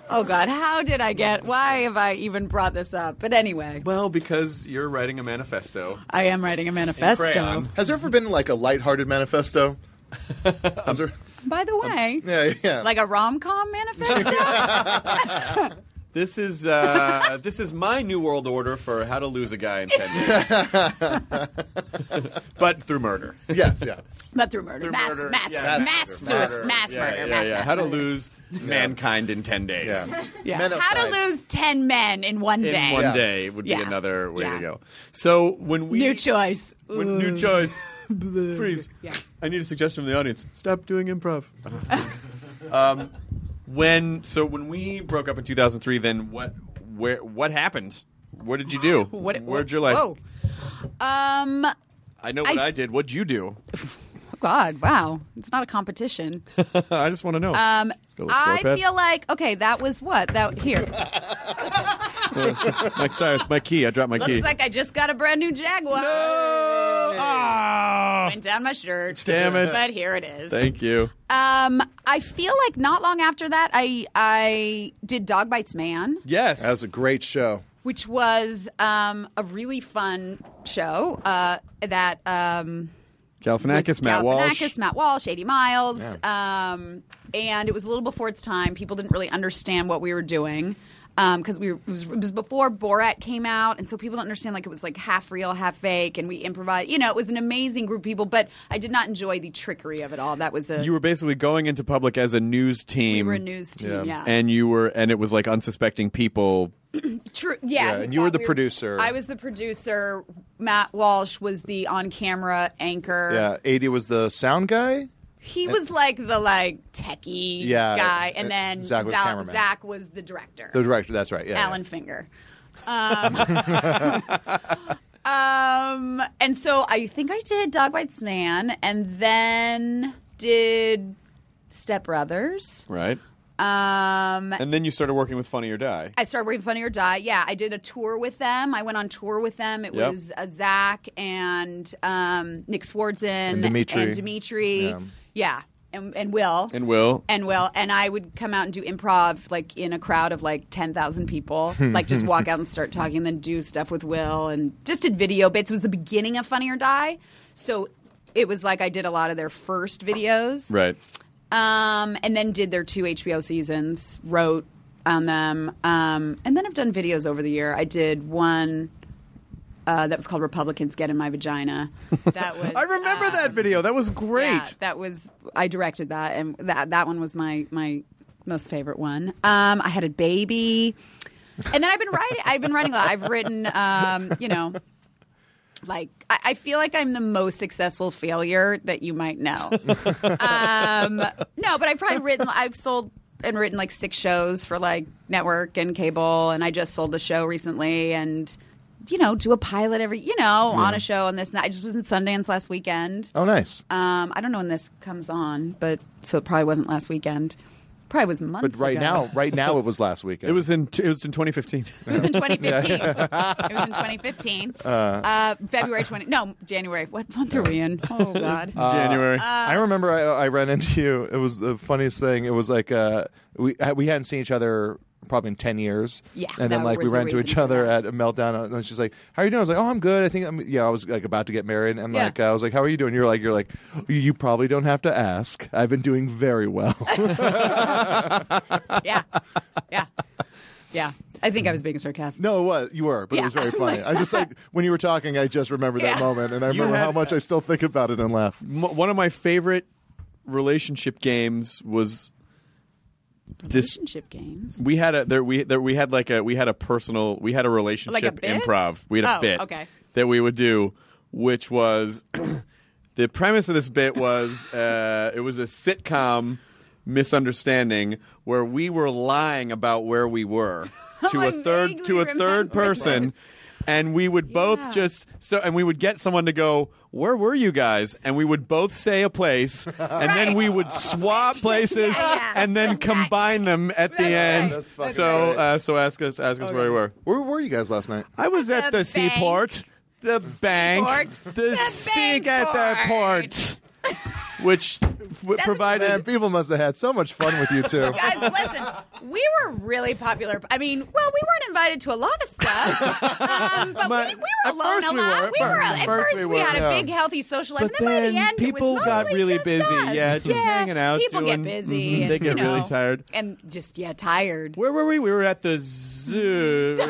S11: oh God, how did I get? Why have I even brought this up? But anyway,
S5: Well, because you're writing a manifesto.
S11: I am writing a manifesto.
S6: Has there ever been like a lighthearted manifesto? Has there?
S11: By
S5: Um,
S11: the way,
S6: Yeah, yeah.
S11: like a rom com manifesto.
S5: This is uh, this is my new world order for how to lose a guy in ten days, but through murder.
S6: yes, yeah.
S11: But through murder.
S5: Through
S11: mass,
S5: murder.
S11: mass,
S5: Yeah.
S11: mass,
S5: Murder.
S11: suicide, mass
S5: Yeah,
S11: murder,
S5: yeah,
S11: mass,
S5: yeah.
S11: mass
S5: How to
S11: murder.
S5: lose mankind in ten days.
S6: Yeah.
S11: Yeah.
S6: Men
S11: How
S6: outside.
S11: to lose 10 men in one
S5: In
S11: day.
S5: one day would be
S11: Yeah.
S5: another way
S11: Yeah.
S5: to go. So when we
S11: New choice.
S5: when new choice freeze.
S11: Yeah.
S5: I need a suggestion from the audience. Stop doing improv. um, when so when we broke up in 2003, then what? Where? What happened? What did you do?
S11: What,
S5: Where'd your life?
S11: Whoa. Um,
S5: I know what
S11: I-
S5: I did. What'd you do?
S11: God, wow. It's not a competition.
S5: I just want to know.
S11: Um,
S5: Go with
S11: I
S5: Slowpad.
S11: feel like, okay, that was what? That Here.
S5: my, sorry, my key. I dropped my
S11: Looks
S5: key.
S11: like I just got a brand new Jaguar.
S6: Oh!
S5: Ah,
S11: Went down my shirt.
S5: Damn it.
S11: But here it is.
S5: thank you.
S11: Um, I feel like not long after that, I I did Dog Bites Man,
S5: Yes.
S6: That was a great show.
S11: which was um, a really fun show uh, that um,
S5: Galifianakis,
S11: was
S5: Matt Walsh.
S11: Galifianakis, Matt Walsh, 80 Miles. Um, and it was a little before its time. People didn't really understand what we were doing because we were, it, was, it was before Borat came out, and so people don't understand like it was like half real, half fake, and we improvised. You know, it was an amazing group of people, but I did not enjoy the trickery of it all. That was a
S5: You were basically going into public as a news team.
S11: we were a news team, yeah.
S5: And you were, and it was like unsuspecting people.
S11: True. Yeah.
S6: Yeah,
S11: he
S6: and you were
S11: thought
S6: the producer.
S11: I was the producer. Matt Walsh was the on-camera anchor.
S6: Yeah, eighty was the sound guy.
S11: He was like the like techie
S6: Yeah,
S11: guy,
S6: uh,
S11: and then
S6: Zach was
S11: Zal-
S6: cameraman.
S11: Zach was the director.
S6: The director. That's right. Yeah. yeah.
S11: Alan Finger. Um, um, and so I think I did Dog Bites Man, and then did Step Brothers.
S5: Right.
S11: Um,
S5: And then you started working with Funny or Die.
S11: I started working Funny or Die. Yeah, I did a tour with them. I went on tour with them. It
S5: Yep.
S11: was uh, Zach and um, Nick Swartzen and
S6: Dimitri.
S11: and Dimitri.
S6: Yeah.
S11: Yeah, And, and Will.
S5: and Will.
S11: and Will. And I would come out and do improv like in a crowd of like ten thousand people. like just walk out and start talking, and then do stuff with Will, and just did video bits. It was the beginning of Funny or Die, so it was like I did a lot of their first videos.
S5: right.
S11: Um, and then did their two HBO seasons, wrote on them, um, and then I've done videos over the year. I did one uh, that was called "Republicans Get in My Vagina." That was
S5: I remember
S11: um,
S5: that video. That was great.
S11: yeah, that was I directed that, and that that one was my my most favorite one. Um, I had a baby, and then I've been writing. I've been writing a lot. I've written, um, you know. Like I, I feel like I'm the most successful failure that you might know. um, no, but I've probably written. I've sold and written like six shows for like network and cable, and I just sold the show recently. And you know, do a pilot every you know on a show and this. And that. I just was in Sundance last weekend.
S6: Oh, nice.
S11: Um, I don't know when this comes on, but so it probably wasn't last weekend. Probably was months.
S6: But right
S11: ago.
S6: now, right now, it was last weekend.
S5: It was in it was in 2015.
S11: it was in 2015. it was in 2015. Uh, February 20. No, January. What month are we in? Oh God.
S6: Uh,
S5: January.
S6: I remember I, I ran into you. It was the funniest thing. It was like uh, we we hadn't seen each other probably in ten years.
S11: Yeah,
S6: and then
S11: that
S6: like we
S11: was the
S6: ran into
S11: reason
S6: each
S11: for
S6: other
S11: that.
S6: at a meltdown, uh, and she's like, "How are you doing?" I was like, "Oh, I'm good. I think I'm yeah." I was like about to get married, and
S11: Yeah.
S6: like I was like, "How are you doing?" You're like, "You're like, "You- you probably don't have to ask. I've been doing very well."
S11: Yeah. Yeah. Yeah. I think I was being sarcastic.
S6: no, it was you were, but it
S11: Yeah.
S6: was very funny. I just like when you were talking, I just remembered that
S11: Yeah.
S6: moment, and I remember
S5: had-
S6: how much I still think about it and laugh.
S5: M- one of my favorite relationship games was this
S11: Relationship games.
S5: we had a there we there we had like a we had a personal we had a relationship
S11: bit?
S5: improv we had a
S11: Oh,
S5: bit
S11: okay.
S5: that we would do which was the premise of this bit was uh, it was a sitcom misunderstanding where we were lying about where we were to
S11: Oh, I
S5: a third to a
S11: vaguely
S5: third
S11: remember
S5: person and we would both just so and we would get someone to go where were you guys and we would both say a place and then we would swap places and then combine them at the end
S10: That's fucking
S5: so
S10: great.
S5: uh, so ask us ask us where you were
S10: Where were you guys last night?
S5: i was at the,
S10: the bank.
S5: seaport the bank
S10: Seaport.
S5: the,
S10: The
S5: sink at the port which w- provided
S6: Man, Uh, people must have had so much fun with you two.
S9: Guys, listen, we were really popular. I mean, well, we weren't invited to a lot of stuff, um, but we, we were alone a
S5: first we
S9: lot.
S5: were.
S9: We were at
S5: First-
S9: first,
S5: first
S9: we,
S5: we
S9: had
S5: were.
S9: a big,
S5: Yeah.
S9: healthy social life,
S5: But
S9: and then, by the
S5: then
S9: end, it
S5: people
S9: was
S5: got
S9: mostly
S5: really
S9: just
S5: busy.
S9: us.
S5: Yeah, just hanging out,
S9: People get
S5: doing-
S9: busy.
S5: Mhm.
S9: and,
S5: They get
S9: you know,
S5: really tired.
S11: and just yeah, tired.
S5: Where were we? We were at the zoo. Oh,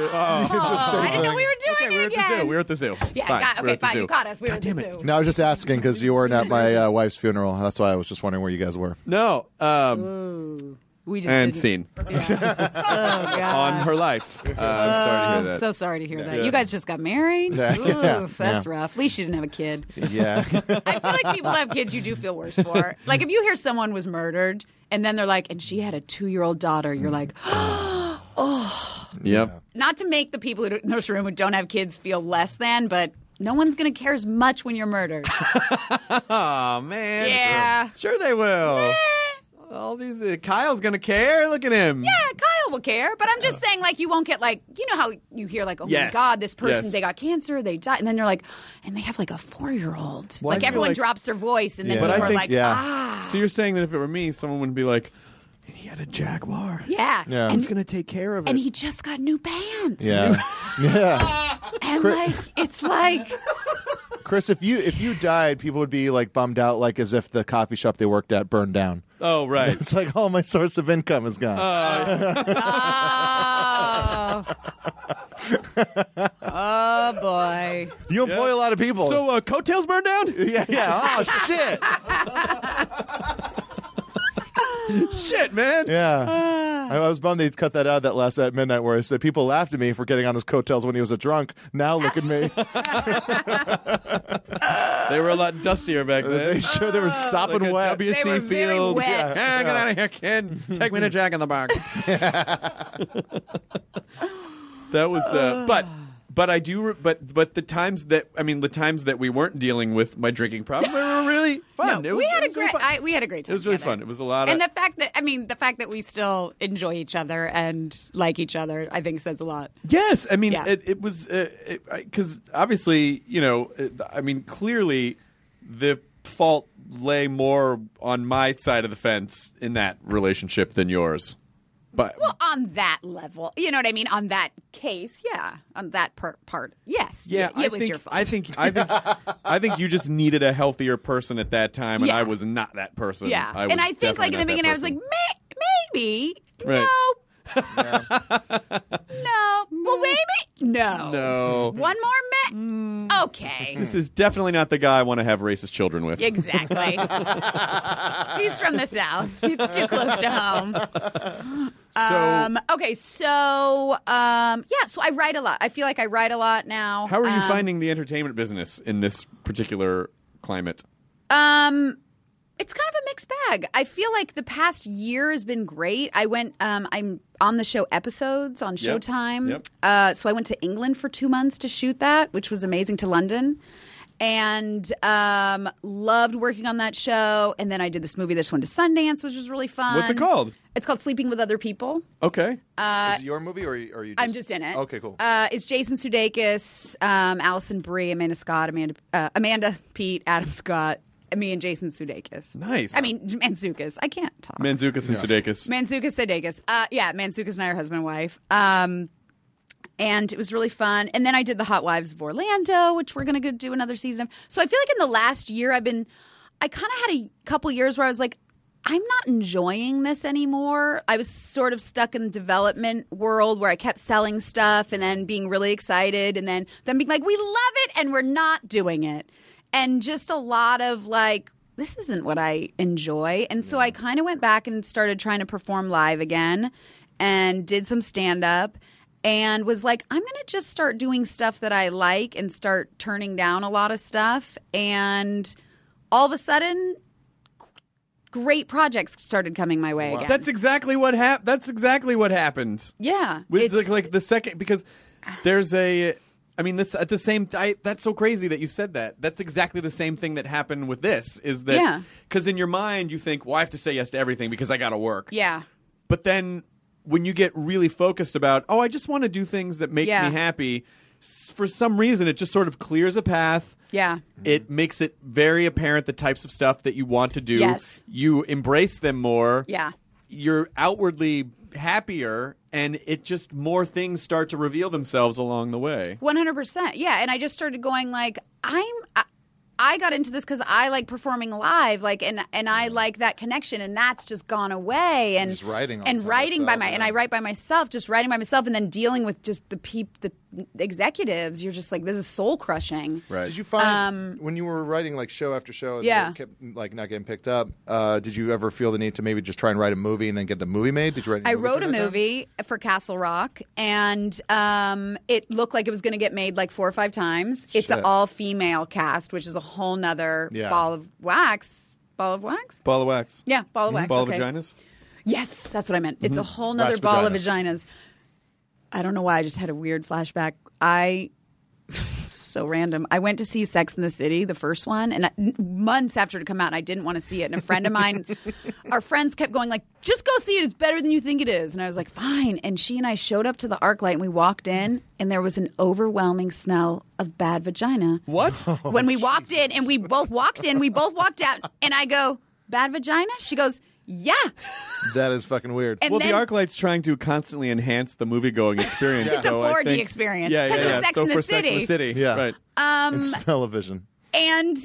S9: I didn't know we were doing
S5: okay, we
S9: it
S5: were at the zoo.
S9: again.
S5: We were at the zoo.
S9: Yeah,
S5: fine.
S9: got-
S5: We were
S9: okay,
S5: at the
S9: fine.
S5: zoo.
S9: You caught us. We were at the zoo.
S6: No, I was just asking because you weren't at my uh, wife's funeral. That's why I was just wondering where you guys were.
S5: No. Um,
S11: We just
S5: and
S11: didn't.
S5: seen
S11: Oh God.
S5: on her life. Uh, I'm sorry to hear
S11: Oh,
S5: that.
S11: So sorry to hear
S5: Yeah.
S11: that.
S5: Yeah.
S11: You guys just got married.
S5: Yeah. Yeah.
S11: Oof, that's
S5: Yeah.
S11: rough. At least you didn't have a kid.
S5: Yeah.
S11: I feel like people have kids you do feel worse for. Like if you hear someone was murdered and then they're like, and she had a two-year-old daughter, you're like, oh.
S5: Yep.
S11: Not to make the people who don't- in this room who don't have kids feel less than, but no one's gonna care as much when you're murdered.
S5: oh man.
S11: Yeah.
S5: Sure they will. All these. Uh, Kyle's gonna care. Look at him.
S11: Yeah, Kyle will care, but I'm just saying, like, you won't get like, you know how you hear like, oh my
S5: Uh. Yes.
S11: god, this person
S5: Yes.
S11: they got cancer, they died, and then you're like, and they have like a four year old.
S5: Well, I
S11: like
S5: feel
S11: everyone
S5: like-
S11: drops their voice, and then
S5: But
S11: people
S5: I think.
S11: are like, ah,
S5: So you're saying that if it were me, someone would be like, he had a jaguar.
S11: yeah,
S5: Yeah.
S11: and
S5: Who's gonna take care of it?
S11: And he just got new pants.
S6: yeah.
S11: and
S6: Cri-
S11: like it's like
S6: Chris, if you if you died, people would be like bummed out, like as if the coffee shop they worked at burned down.
S5: Oh right.
S6: It's like all my source of income is gone.
S11: oh boy.
S6: you employ a lot of people.
S5: So uh, coattails burned down?
S6: Yeah, yeah. Oh shit.
S5: shit, man.
S6: Yeah. I I was bummed they'd cut that out that last at midnight where I said people laughed at me for getting on his coattails when he was a drunk. Now look at me.
S5: They were a lot dustier back then.
S6: Uh, They sure they were sopping
S5: like a
S6: wet.
S5: WC
S6: They were very
S5: Fields.
S6: wet.
S5: Yeah. Ah, get
S6: Yeah.
S5: out of here, kid. Take me to Jack in the Box. that was, uh, but. But I do, re- but but the times that I mean, the times that we weren't dealing with my drinking problem, they were really fun. It
S11: we
S5: was-
S11: had
S5: it
S11: a
S5: was
S11: great.
S5: really fun.
S11: I, we had a great time.
S5: It was really
S11: together.
S5: fun. It was a lot of
S11: And the fact that I mean, the fact that we still enjoy each other and like each other, I think says a lot.
S5: Yes, I mean
S11: Yeah.
S5: it, it was because obviously you know it, I mean clearly the fault lay more on my side of the fence in that relationship than yours, but
S11: Well, on that level, you know what I mean. On that case, yeah. On that per- part, yes.
S5: yeah,
S11: it
S5: I
S11: was
S5: think,
S11: your fault.
S5: I think I think I think you just needed a healthier person at that time, and
S11: Yeah.
S5: I was not that person.
S11: yeah,
S5: I was
S11: and I think like
S5: definitely
S11: in the
S5: not that
S11: beginning, I was like,
S5: person.
S11: May- maybe
S5: Right.
S11: no, no, well, maybe no, Mm-hmm.
S5: No. Mm.
S11: One more me. Okay.
S5: this is definitely not the guy I want to have racist children with.
S11: Exactly. He's from the South. It's too close to home.
S5: So-
S11: um, okay, so um, yeah, so I write a lot. I feel like I write a lot now.
S5: How are you
S11: Um,
S5: finding the entertainment business in this particular climate?
S11: Um, it's kind of a mixed bag. I feel like the past year has been great. I went. Um, I'm on the show episodes on
S9: Yep.
S11: Showtime.
S9: Yep.
S11: Uh, so I went to England for two months to shoot that, which was amazing. To London. And um, loved working on that show. And then I did this movie that just went to Sundance, which was really fun.
S5: What's it called?
S11: It's called Sleeping with Other People.
S5: Okay.
S11: Uh,
S6: Is it your movie or are you, are you
S11: I'm just in it.
S6: Okay, cool.
S11: Uh, it's Jason Sudeikis, um, Allison Brie, Amanda Scott, Amanda, uh, Amanda Pete, Adam Scott, and me and Jason Sudeikis.
S5: Nice.
S11: I mean, Manzukas. I can't talk.
S5: Manzukas and Sudeikis.
S11: Manzukas Sudeikis. Uh, yeah, Manzukas and I are husband and wife. Um, and it was really fun. And then I did the Hot Wives of Orlando, which we're going to go do another season. of. So I feel like in the last year, I've been, I kind of had a couple years where I was like, I'm not enjoying this anymore. I was sort of stuck in the development world where I kept selling stuff and then being really excited and then then being like, we love it and we're not doing it. And just a lot of like, this isn't what I enjoy. And so I kind of went back and started trying to perform live again and did some stand up and was like, I'm going to just start doing stuff that I like and start turning down a lot of stuff. And all of a sudden, great projects started coming my way again.
S5: That's exactly what hap- That's exactly what happened.
S11: yeah.
S5: With
S11: it's-
S5: like, like the second because there's a. I I mean, that's at the same. I, that's so crazy that you said that. That's exactly the same thing that happened with this. Is
S11: Yeah.
S5: that because in your mind you think, well, I have to say yes to everything because I got to work.
S11: Yeah.
S5: But then when you get really focused about, oh, I just want to do things that make
S11: Yeah.
S5: me happy, s- for some reason it just sort of clears a path.
S11: Yeah.
S5: It makes it very apparent the types of stuff that you want to do.
S11: Yes.
S5: You embrace them more.
S11: Yeah.
S5: You're outwardly happier and it just more things start to reveal themselves along the way.
S11: One hundred percent. Yeah, and I just started going like I'm. I, I got into this because I like performing live, like and and I like that connection, and that's just gone away. And
S10: Just writing all
S11: and
S10: the time
S11: writing by
S10: yourself,
S11: my and
S10: yeah.
S11: I write by myself, just writing by myself, and then dealing with just the peep the executives. You're just like this is soul crushing.
S10: Did you find when you were writing like show after show, and
S11: Um, Yeah.
S10: yeah, kept like not getting picked up? Uh, did you ever feel the need to maybe just try and write a movie and then get the movie made? Did you write? any
S11: I
S10: movies
S11: wrote a
S10: during that time?
S11: movie for Castle Rock, and um, it looked like it was going to get made like four or five times. It's an
S10: Shit.
S11: all female cast, which is a whole nother
S5: Yeah.
S11: ball of wax. Ball of wax?
S5: Ball of wax. Hmm?
S11: Yeah, ball of wax,
S5: Mm-hmm. Ball
S11: okay.
S5: of vaginas.
S11: Yes, that's what I meant. It's a
S5: Mhm.
S11: whole nother
S5: Rats,
S11: ball
S5: vaginas.
S11: of vaginas. I don't know why. I just had a weird flashback. I. So random. I went to see Sex in the City, the first one, and I, months after it had come out, and I didn't want to see it. And a friend of mine, our friends kept going like, "Just go see it. It's better than you think it is." And I was like, "Fine." And she and I showed up to the ArcLight, and we walked in, and there was an overwhelming smell of bad vagina.
S5: What? Oh,
S11: when we walked in, and we both walked in, we both walked out, and I go, "Bad vagina?" She goes, "Yeah."
S5: That is fucking weird.
S11: And
S5: well,
S11: then-
S5: the ArcLight's trying to constantly enhance the movie-going experience.
S11: It's a
S5: so I
S11: 4D
S5: think-
S11: experience,
S5: Yeah,
S11: 'cause
S5: yeah,
S11: of
S5: yeah.
S11: Sex
S5: so
S11: and the
S5: for Sex and the
S11: City.
S5: City, right?
S11: Um, And
S10: television.
S11: and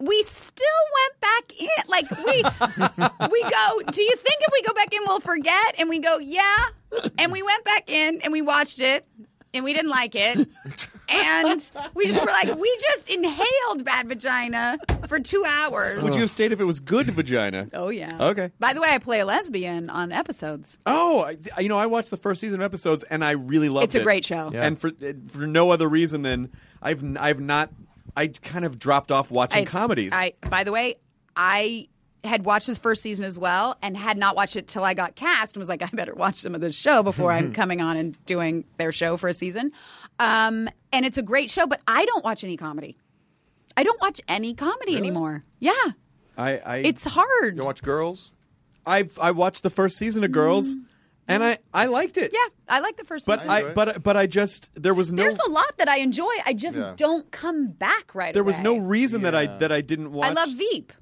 S11: we still went back in. Like we we go. Do you think if we go back in, we'll forget? And we go, yeah. And we went back in and we watched it, and we didn't like it. And we just were like, we just inhaled bad vagina for two hours.
S5: Would you have stayed if it was good vagina?
S11: Oh yeah.
S5: Okay.
S11: By the way, I play a lesbian on episodes.
S5: Oh, I, you know, I watched the first season of episodes, and I really loved
S11: It's
S5: it.
S11: a great show. Yeah.
S5: and for for no other reason than I've n- I've not I kind of dropped off watching
S11: It's-
S5: comedies.
S11: I, by the way, I had watched his first season as well and had not watched it till I got cast and was like, I better watch some of this show before I'm coming on and doing their show for a season. Um, and it's a great show, but I don't watch any comedy. I don't watch any comedy anymore. Yeah.
S5: I, I
S11: It's hard. You
S10: watch Girls?
S5: I've I watched the first season of Girls, and I I liked it.
S11: Mm-hmm. Yeah, I like the first
S5: But
S11: season.
S5: I, but but I just there was no
S11: There's a lot that I enjoy. I just
S5: Yeah.
S11: don't come back right
S5: there was
S11: away.
S5: no reason that I that I didn't watch.
S11: I love Veep.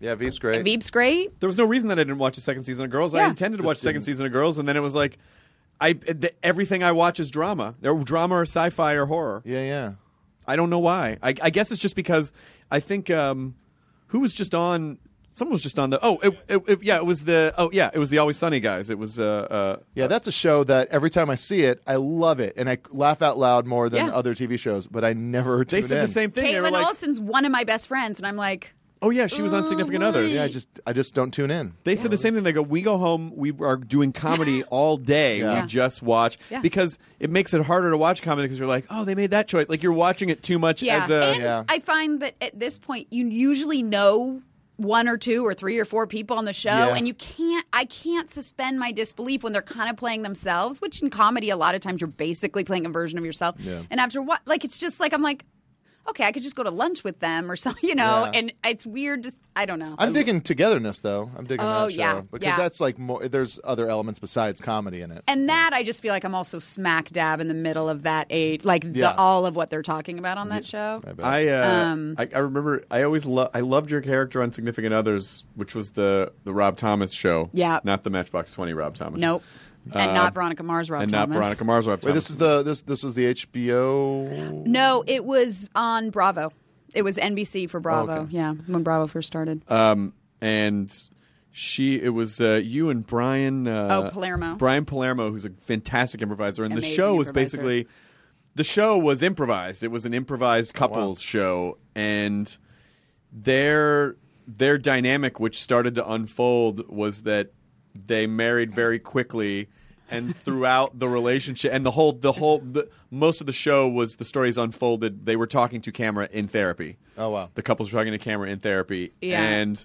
S10: Yeah, Veep's great.
S11: Veep's great.
S5: There was no reason that I didn't watch the second season of Girls. I
S11: Yeah.
S5: intended to
S11: Just
S5: watch the second
S11: didn't.
S5: season of Girls, and then it was like, I th- everything I watch is drama, or drama or sci-fi or horror.
S10: Yeah, yeah.
S5: I don't know why. I, I guess it's just because I think um, who was just on. Someone was just on the. Oh, it, it, it- yeah, it was the. Oh, yeah, it was the Always Sunny guys. It was. Uh, uh,
S10: Yeah, that's a show Oh, that every time I see it, I love it and I laugh out loud more than
S11: Yeah.
S10: other TV shows. But I never.
S5: They
S10: tune
S5: said the
S10: in.
S5: same thing. They were
S11: Caitlin
S5: like-
S11: Olsen's one of my best friends, and I'm like,
S5: oh yeah, she was on Significant Others.
S10: Yeah, I just I just don't tune in.
S5: They said the same thing. They go, we go home, we are doing comedy all day.
S10: Yeah.
S5: We just watch
S11: Yeah.
S5: because it makes it harder to watch comedy because you're like, oh, they made that choice. Like you're watching it too much
S11: Yeah.
S5: as a.
S11: and I find that at this point, you usually know one or two or three or four people on the show,
S5: Yeah.
S11: and you can't, I can't suspend my disbelief when they're kind of playing themselves, which in comedy, a lot of times you're basically playing a version of yourself.
S9: Yeah.
S11: And after what, like, it's just like, I'm like, okay, I could just go to lunch with them or something, you know,
S10: Yeah.
S11: and it's weird. Just, I don't know.
S10: I'm digging togetherness though. I'm digging
S11: Oh,
S10: that show
S11: yeah,
S10: because
S11: yeah.
S10: that's like more. There's other elements besides comedy in it.
S11: and that I just feel like I'm also smack dab in the middle of that age, like
S5: Yeah.
S11: the, all of what they're talking about on that show.
S5: I, uh,
S11: Um,
S5: I I remember I always lo- I loved your character on Significant Others, which was the the Rob Thomas show.
S11: Yeah.
S5: not the Matchbox Twenty Rob Thomas.
S11: nope, and
S5: Uh,
S11: not Veronica Mars, Rob
S5: and
S11: Thomas.
S5: not Veronica Mars Rob
S10: Wait,
S5: Thomas.
S10: this is the this this was the HBO.
S11: No, it was on Bravo. It was NBC for Bravo.
S5: Oh, okay.
S11: Yeah, when Bravo first started.
S5: um, and she it was uh, you and Brian. Uh,
S11: Oh, Palermo.
S5: Brian Palermo, who's a fantastic improviser, and the
S11: Amazing
S5: show was
S11: improviser.
S5: basically the show was improvised. It was an improvised couples show, and their their dynamic, which started to unfold, was that they married very quickly. And throughout the relationship, and the whole, the whole, the, most of the show was the stories unfolded. They were talking to camera in therapy. Oh wow! The couples were talking to camera in therapy,
S11: Yeah.
S5: and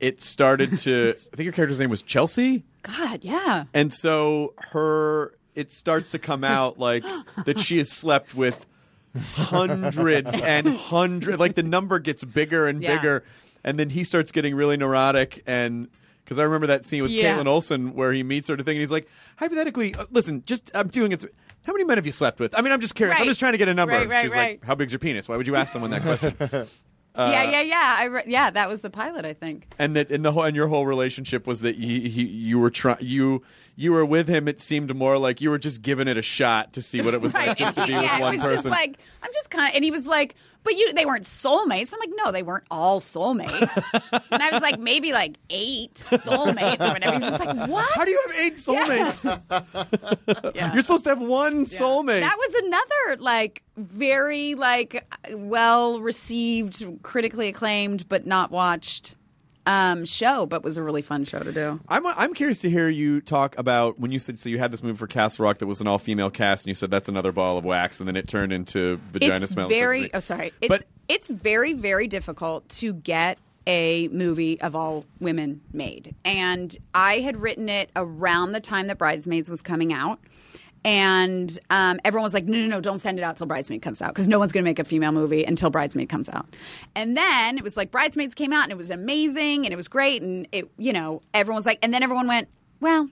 S5: it started to. I think your character's name was Chelsea.
S11: God, yeah.
S5: And so her it starts to come out like that she has slept with hundreds and hundreds. Like the number gets bigger and
S12: Yeah.
S5: bigger, and then he starts getting really neurotic and. Because I remember that scene with
S12: Yeah.
S5: Caitlin Olsen where he meets her to thing, and he's like, hypothetically, uh, listen, just I'm doing it. How many men have you slept with? I mean, I'm just curious. I'm
S11: Right.
S5: just trying to get a number.
S11: Right, right,
S5: She's
S11: right.
S5: like, how big's your penis? Why would you ask someone that question? Uh,
S11: yeah, yeah, yeah. I re- yeah, that was the pilot, I think.
S5: and that in the whole and your whole relationship was that he, he you were trying you you were with him it seemed more like you were just giving it a shot to see what it was
S11: Right.
S5: like just to be
S11: yeah,
S5: with one
S11: it was
S5: person
S11: just like I'm just kind of, and he was like, "But you, they weren't soulmates." I'm like, "No, they weren't all soulmates." and I was like, "Maybe like eight soulmates or whatever." He was just like, "What?
S5: How do you have eight soulmates?" you're supposed to have one soulmate
S11: That was another like very like well received, critically acclaimed, but not watched um, show, but was a really fun show to do.
S5: I'm, I'm curious to hear you talk about when you said so you had this movie for Castle Rock that was an all female cast and you said that's another ball of wax and then it turned into vagina
S11: it's
S5: smell and
S11: very
S5: Sex
S11: oh
S5: Disease.
S11: sorry it's
S5: But-
S11: it's very very difficult to get a movie of all women made and i had written it around the time that bridesmaids was coming out and um, everyone was like no no no don't send it out till bridesmaid comes out because no one's going to make a female movie until bridesmaid comes out and then it was like bridesmaids came out and it was amazing and it was great and it you know everyone was like and then everyone went well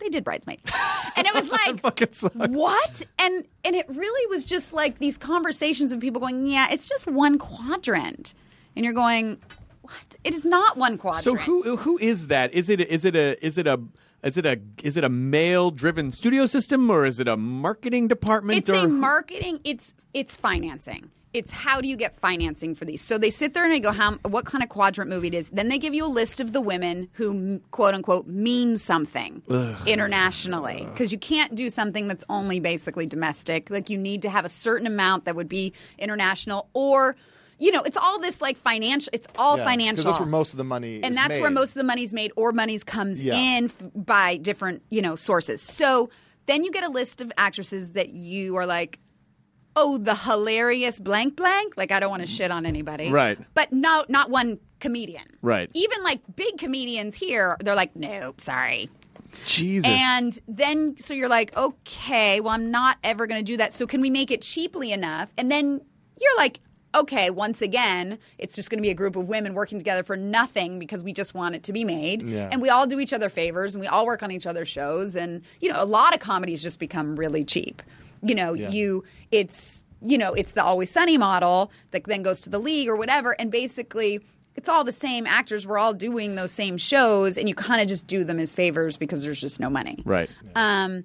S11: they did bridesmaids and it was like what and and it really was just like these conversations of people going yeah it's just one quadrant and you're going what it is not one quadrant
S5: So who who is that? Is it is it a is it a is it a is it a male driven studio system or is it a marketing department
S11: it's
S5: or
S11: a marketing it's it's financing it's how do you get financing for these so they sit there and they go how what kind of quadrant movie it is then they give you a list of the women who quote unquote mean something
S13: Ugh.
S11: internationally because you can't do something that's only basically domestic like you need to have a certain amount that would be international or you know it's all this like financial it's all
S6: Yeah, 'cause
S11: financial
S6: That's where most of the money.
S11: and
S6: is
S11: that's where
S6: made.
S11: most of the money's made or money's comes
S6: Yeah.
S11: in f- by different you know sources so then you get a list of actresses that you are like oh the hilarious blank blank like i don't want to shit on anybody
S5: Right.
S11: but no not one comedian
S5: Right.
S11: even like big comedians here they're like nope sorry
S5: Jesus.
S11: and then, so you're like, okay, well, I'm not ever going to do that. So can we make it cheaply enough? And then you're like, okay, once again, it's just going to be a group of women working together for nothing because we just want it to be made.
S13: Yeah.
S11: And we all do each other favors and we all work on each other's shows. And, you know, a lot of comedies just become really cheap. You know,
S13: Yeah.
S11: you, it's, you know, it's the always sunny model that then goes to the league or whatever. And basically, it's all the same actors. We're all doing those same shows, and you kind of just do them as favors because there's just no money.
S5: right.
S11: Um,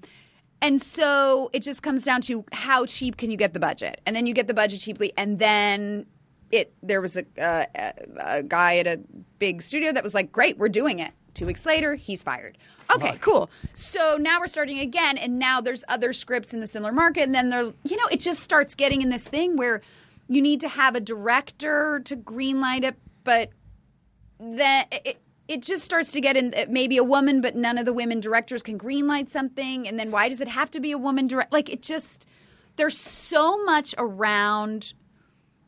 S11: and so it just comes down to how cheap can you get the budget, and then you get the budget cheaply, and then it. There was a, uh, a- a guy at a big studio that was like, "Great, we're doing it." Two weeks later, he's fired. Okay, cool. So now we're starting again, and now there's other scripts in the similar market, and then they're, you know, it just starts getting in this thing where you need to have a director to greenlight it, but then it, it just starts to get in uh, maybe a woman but none of the women directors can greenlight something and then why does it have to be a woman direct like it just there's so much around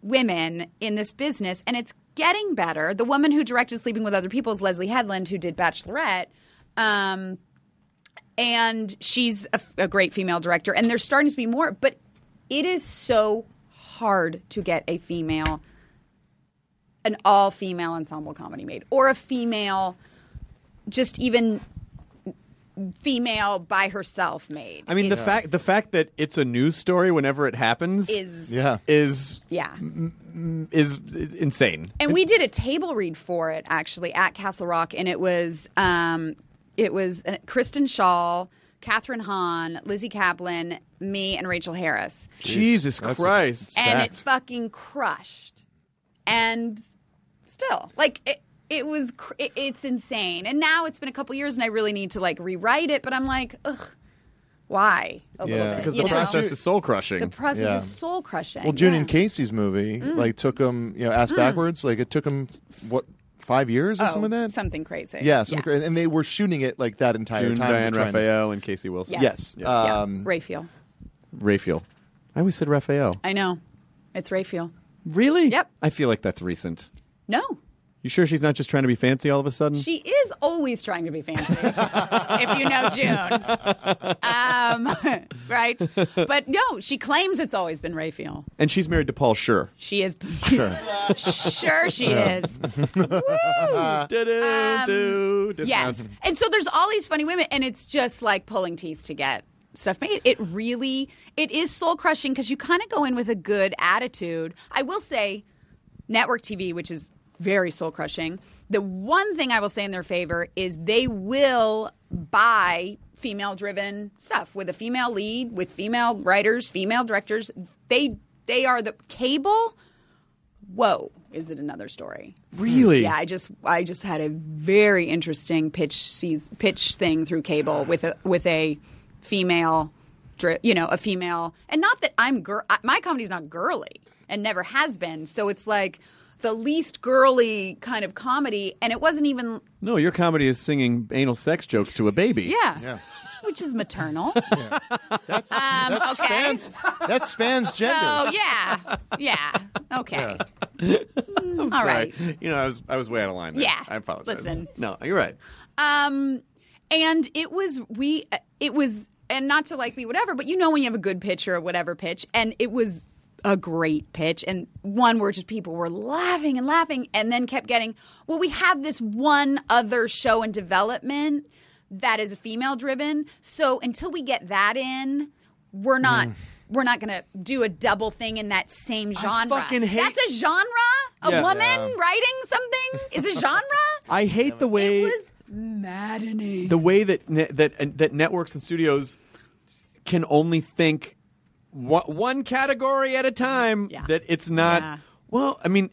S11: women in this business and it's getting better the woman who directed sleeping with other people is leslie headland who did bachelorette um, and she's a, a great female director and there's starting to be more but it is so hard to get a female an all female ensemble comedy made or a female just even female by herself made
S5: I mean the
S11: It's-
S5: fact the fact that it's a news story whenever it happens
S11: Is- Yeah.
S5: yeah. is
S11: yeah
S5: is insane.
S11: and we did a table read for it actually at Castle Rock, and it was um, it was uh, Kristen Shaw, Catherine Hahn, Lizzie Kaplan, me, and Rachel Harris.
S5: Jesus Christ.
S11: and it fucking crushed. And still, like it, it was, cr- it, it's insane. And now it's been a couple years, and I really need to like rewrite it. But I'm like, ugh, why? A little bit,
S5: because
S11: you
S5: the
S11: know?
S5: process is soul crushing.
S11: The process
S6: Yeah.
S11: is soul crushing.
S6: Well, June
S11: yeah.
S6: and Casey's movie
S11: Mm.
S6: like took him, you know, ass
S11: Mm.
S6: backwards. Like it took him what five years or
S11: oh,
S6: something like that.
S11: something crazy.
S6: Yeah, some cra- and they were shooting it like that entire
S5: June,
S6: time.
S5: Diane
S6: just trying to-
S5: Raphael, and Casey Wilson.
S11: Yes.
S6: Yes.
S11: Yeah.
S6: Um,
S11: Raphael.
S5: Raphael. I always said Raphael.
S11: I know. It's Raphael.
S5: Really?
S11: Yep.
S5: I feel like that's recent.
S11: No.
S5: You sure she's not just trying to be fancy all of a sudden?
S11: She is always trying to be fancy, if you know June. Um, right? But no, she claims it's always been Raphael.
S5: and she's married to Paul Sure.
S11: She is.
S5: Sure.
S11: sure, she
S5: Yeah.
S11: is. Woo! Um, yes. And so there's all these funny women, and it's just like pulling teeth to get stuff made. It really, it is soul crushing because you kind of go in with a good attitude. I will say, network TV, which is very soul crushing. The one thing I will say in their favor is they will buy female driven stuff with a female lead, with female writers, female directors. They they are the cable. Whoa, is it another story?
S5: Really?
S11: Yeah, I just I just had a very interesting pitch seas- pitch thing through cable with a with a female, dri- you know, a female, and not that I'm girl. My comedy's not girly and never has been. So it's like the least girly kind of comedy, and it wasn't even
S5: No, your comedy is singing anal sex jokes to a baby.
S11: yeah, which is maternal. That's,
S6: that spans- that spans
S11: So
S6: genders.
S11: yeah, yeah, okay. Hmm,
S5: I'm
S11: All
S5: sorry.
S11: right.
S5: You know, I was I was way out of line. There.
S11: Yeah.
S5: I apologize.
S11: Listen.
S5: No, you're right.
S11: Um, and it was we. It was and not to like be whatever, but you know when you have a good pitch or a whatever pitch, and it was a great pitch, and one where just people were laughing and laughing, and then kept getting. Well, we have this one other show in development that is female driven, so until we get that in, we're not.
S5: Mm.
S11: We're not going to do a double thing in that same genre.
S5: fucking hate-
S11: That's a genre? A
S5: Yeah.
S11: woman
S5: Yeah.
S11: writing something is a genre?
S5: I hate the way
S11: maddening.
S5: the way that ne- that and- that networks and studios can only think one, one category at a time. That it's not.
S11: Yeah.
S5: Well, I mean,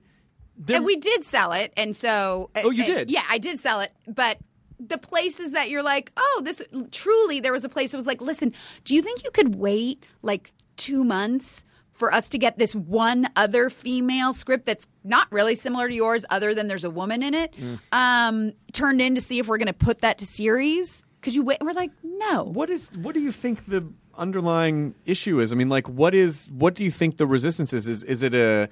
S5: there-
S11: and we did sell it, and so
S5: Oh, you
S11: uh,
S5: did?
S11: Yeah, I did sell it, but the places that you're like, oh, this truly, there was a place that was like, listen, do you think you could wait like two months? For us to get this one other female script that's not really similar to yours, other than there's a woman in it,
S5: Mm.
S11: um, turned in to see if we're going to put that to series. Could you wait? And we're like, no.
S5: What is? What do you think the underlying issue is? I mean, like, what is? What do you think the resistance is? Is is it a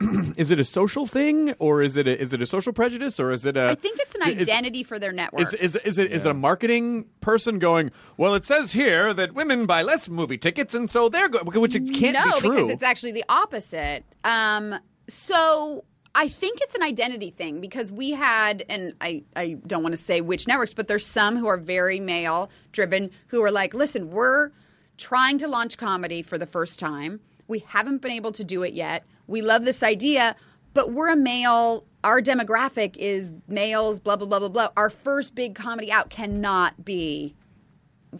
S5: is it a social thing, or is it a, is it a social prejudice, or is it a?
S11: I think it's an
S5: is-
S11: identity for their network.
S5: Is, is, is, it, is it a marketing person going, well, it says here that women buy less movie tickets, and so they're going, which it can't
S11: no,
S5: be true.
S11: because it's actually the opposite. Um, so I think it's an identity thing because we had, and I, I don't want to say which networks, but there's some who are very male driven who are like, listen, we're trying to launch comedy for the first time. We haven't been able to do it yet. We love this idea, but we're a male. Our demographic is males, blah, blah, blah, blah, blah. Our first big comedy out cannot be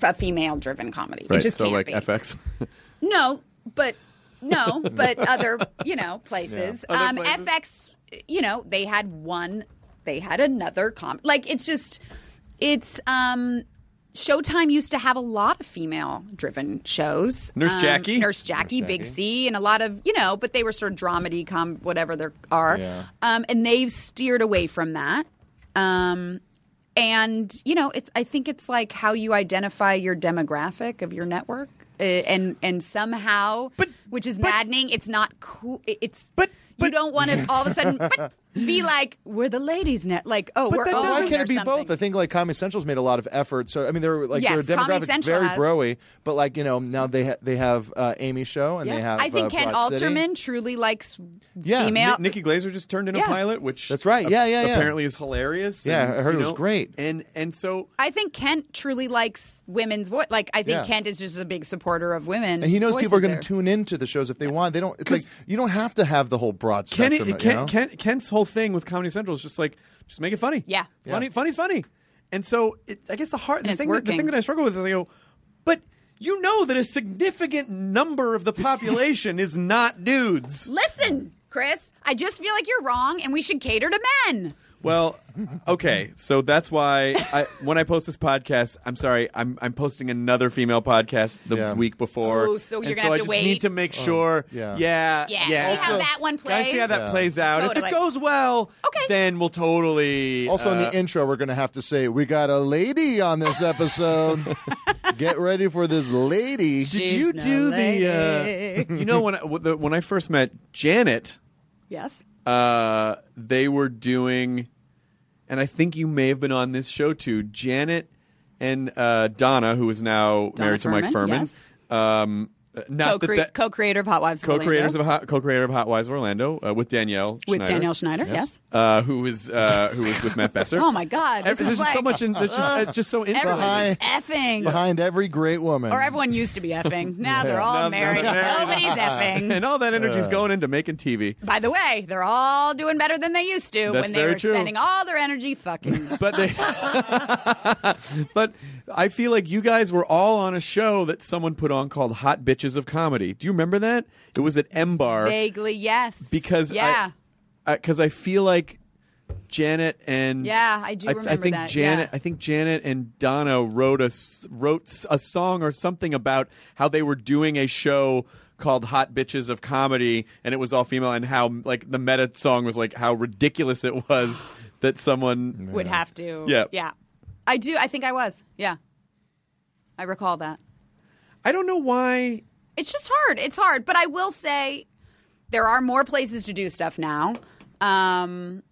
S11: a female driven comedy. It just
S5: so
S11: can't
S5: like
S11: be.
S5: FX.
S11: No, but no, but other you know places.
S5: Yeah. Other
S11: um,
S5: places?
S11: FX, you know, they had one, they had another comp. Like it's just, it's um, Showtime used to have a lot of female-driven shows.
S5: Nurse
S11: Um,
S5: Jackie?
S11: Nurse Jackie,
S5: Nurse
S11: Big
S5: Jackie.
S11: C, and a lot of you know, but they were sort of dramedy, com whatever there are,
S5: Yeah.
S11: um, and they've steered away from that. Um, and you know it's i think it's like how you identify your demographic of your network uh, and and somehow which is maddening it's not cool it- it's but, you don't want to all of a sudden but, be like we're the ladies net like oh we're
S6: Well,
S11: open
S6: why can't
S11: or
S6: it be
S11: something.
S6: both? I think like Comedy Central's made a lot of effort. So I mean, they're like
S11: Yes,
S6: they're
S11: Comedy
S6: demographic
S11: Central
S6: very
S11: has.
S6: broy, but like you know now they ha- they have uh, Amy show and they have.
S11: i think
S6: uh,
S11: ken
S6: Broad City.
S11: alterman truly likes
S6: Yeah,
S11: female
S5: Nikki Glazer just turned in
S11: Yeah.
S5: a pilot, which
S6: That's right. Yeah, yeah, yeah.
S5: Apparently is hilarious.
S6: Yeah,
S5: and,
S6: I heard
S5: you
S6: it was
S5: know,
S6: great.
S5: And and so
S11: i think kent truly likes women's voice like i think
S6: Yeah.
S11: kent is just a big supporter of women
S6: And he knows people are going to tune into the shows if they want. They don't. It's like you don't have to have the whole broad
S5: Ken,
S6: spectrum. you
S5: Ken,
S6: know?
S5: Ken, Kent's whole thing with Comedy Central is just like just make it funny.
S11: Yeah.
S5: funny,
S11: Yeah.
S5: funny's funny. And so it, I guess the hard
S11: And
S5: the
S11: it's
S5: thing, that, the
S11: working.
S5: thing that I struggle with is I go, but you know that a significant number of the population is not dudes.
S11: listen chris i just feel like you're wrong and we should cater to men
S5: Well, okay, so that's why I, when I post this podcast, I'm sorry, I'm I'm posting another female podcast the week before.
S11: Oh, so you're
S5: and
S11: gonna
S5: so
S11: have
S5: I
S11: to
S5: just
S11: wait.
S5: need to make
S11: Oh,
S5: sure.
S6: yeah.
S5: yeah,
S11: Yeah, see how that one
S5: Can I see how
S11: plays?
S5: that
S11: Yeah.
S5: plays out. If
S11: Totally.
S5: it goes well, okay. then we'll totally.
S6: Also, in
S5: uh,
S6: the intro, we're going to have to say we got a lady on this episode. Get ready for this lady.
S5: Did you do the? Uh, you know when I, w- the, when I first met Janet,
S11: yes
S5: uh, they were doing, and I think you may have been on this show too, Janet and uh, Donna, who is now
S11: Donna
S5: married to Mike
S11: Furman,
S5: Furman.
S11: yes.
S5: Um, uh, not
S11: Co-cre-
S5: that that,
S11: co-creator of Hot Wives. of
S5: co-creators
S11: Orlando.
S5: of Hot, co-creator of Hot Wives Orlando uh, with Danielle
S11: With
S5: Schneider.
S11: Danielle Schneider, Yes. yes.
S5: uh, who is uh, who is with Matt Besser.
S11: Oh my God!
S5: Ev-
S11: This
S5: there's
S11: is
S5: just so
S11: like-
S5: much. In, there's just, it's just so intimate.
S11: Everyone's just effing.
S12: Behind every great woman.
S11: Or everyone used to be effing. Now
S12: Yeah.
S11: they're all
S12: Now they're
S11: married.
S12: married.
S11: Nobody's effing.
S5: and all that energy's
S12: Uh.
S5: going into making TV.
S11: By the way, they're all doing better than they used to
S5: That's
S11: when they
S5: very
S11: were
S5: true.
S11: spending all their energy fucking.
S5: but they but i feel like you guys were all on a show that someone put on called hot bitches of comedy do you remember that it was at m bar
S11: Vaguely, yes.
S5: because
S11: yeah,
S5: I, because I, feel like janet and
S11: Yeah, I do
S5: I
S11: remember
S5: think
S11: that,
S5: Janet.
S11: yeah.
S5: I think Janet and Donna wrote a s- wrote s- a song or something about how they were doing a show called Hot Bitches of Comedy, and it was all female, and how like the meta song was like how ridiculous it was that someone
S11: would have to.
S5: Yeah.
S11: yeah. I do. I think I was. Yeah, I recall that.
S5: I don't know why.
S11: It's just hard. It's hard. But I will say there are more places to do stuff now. Um,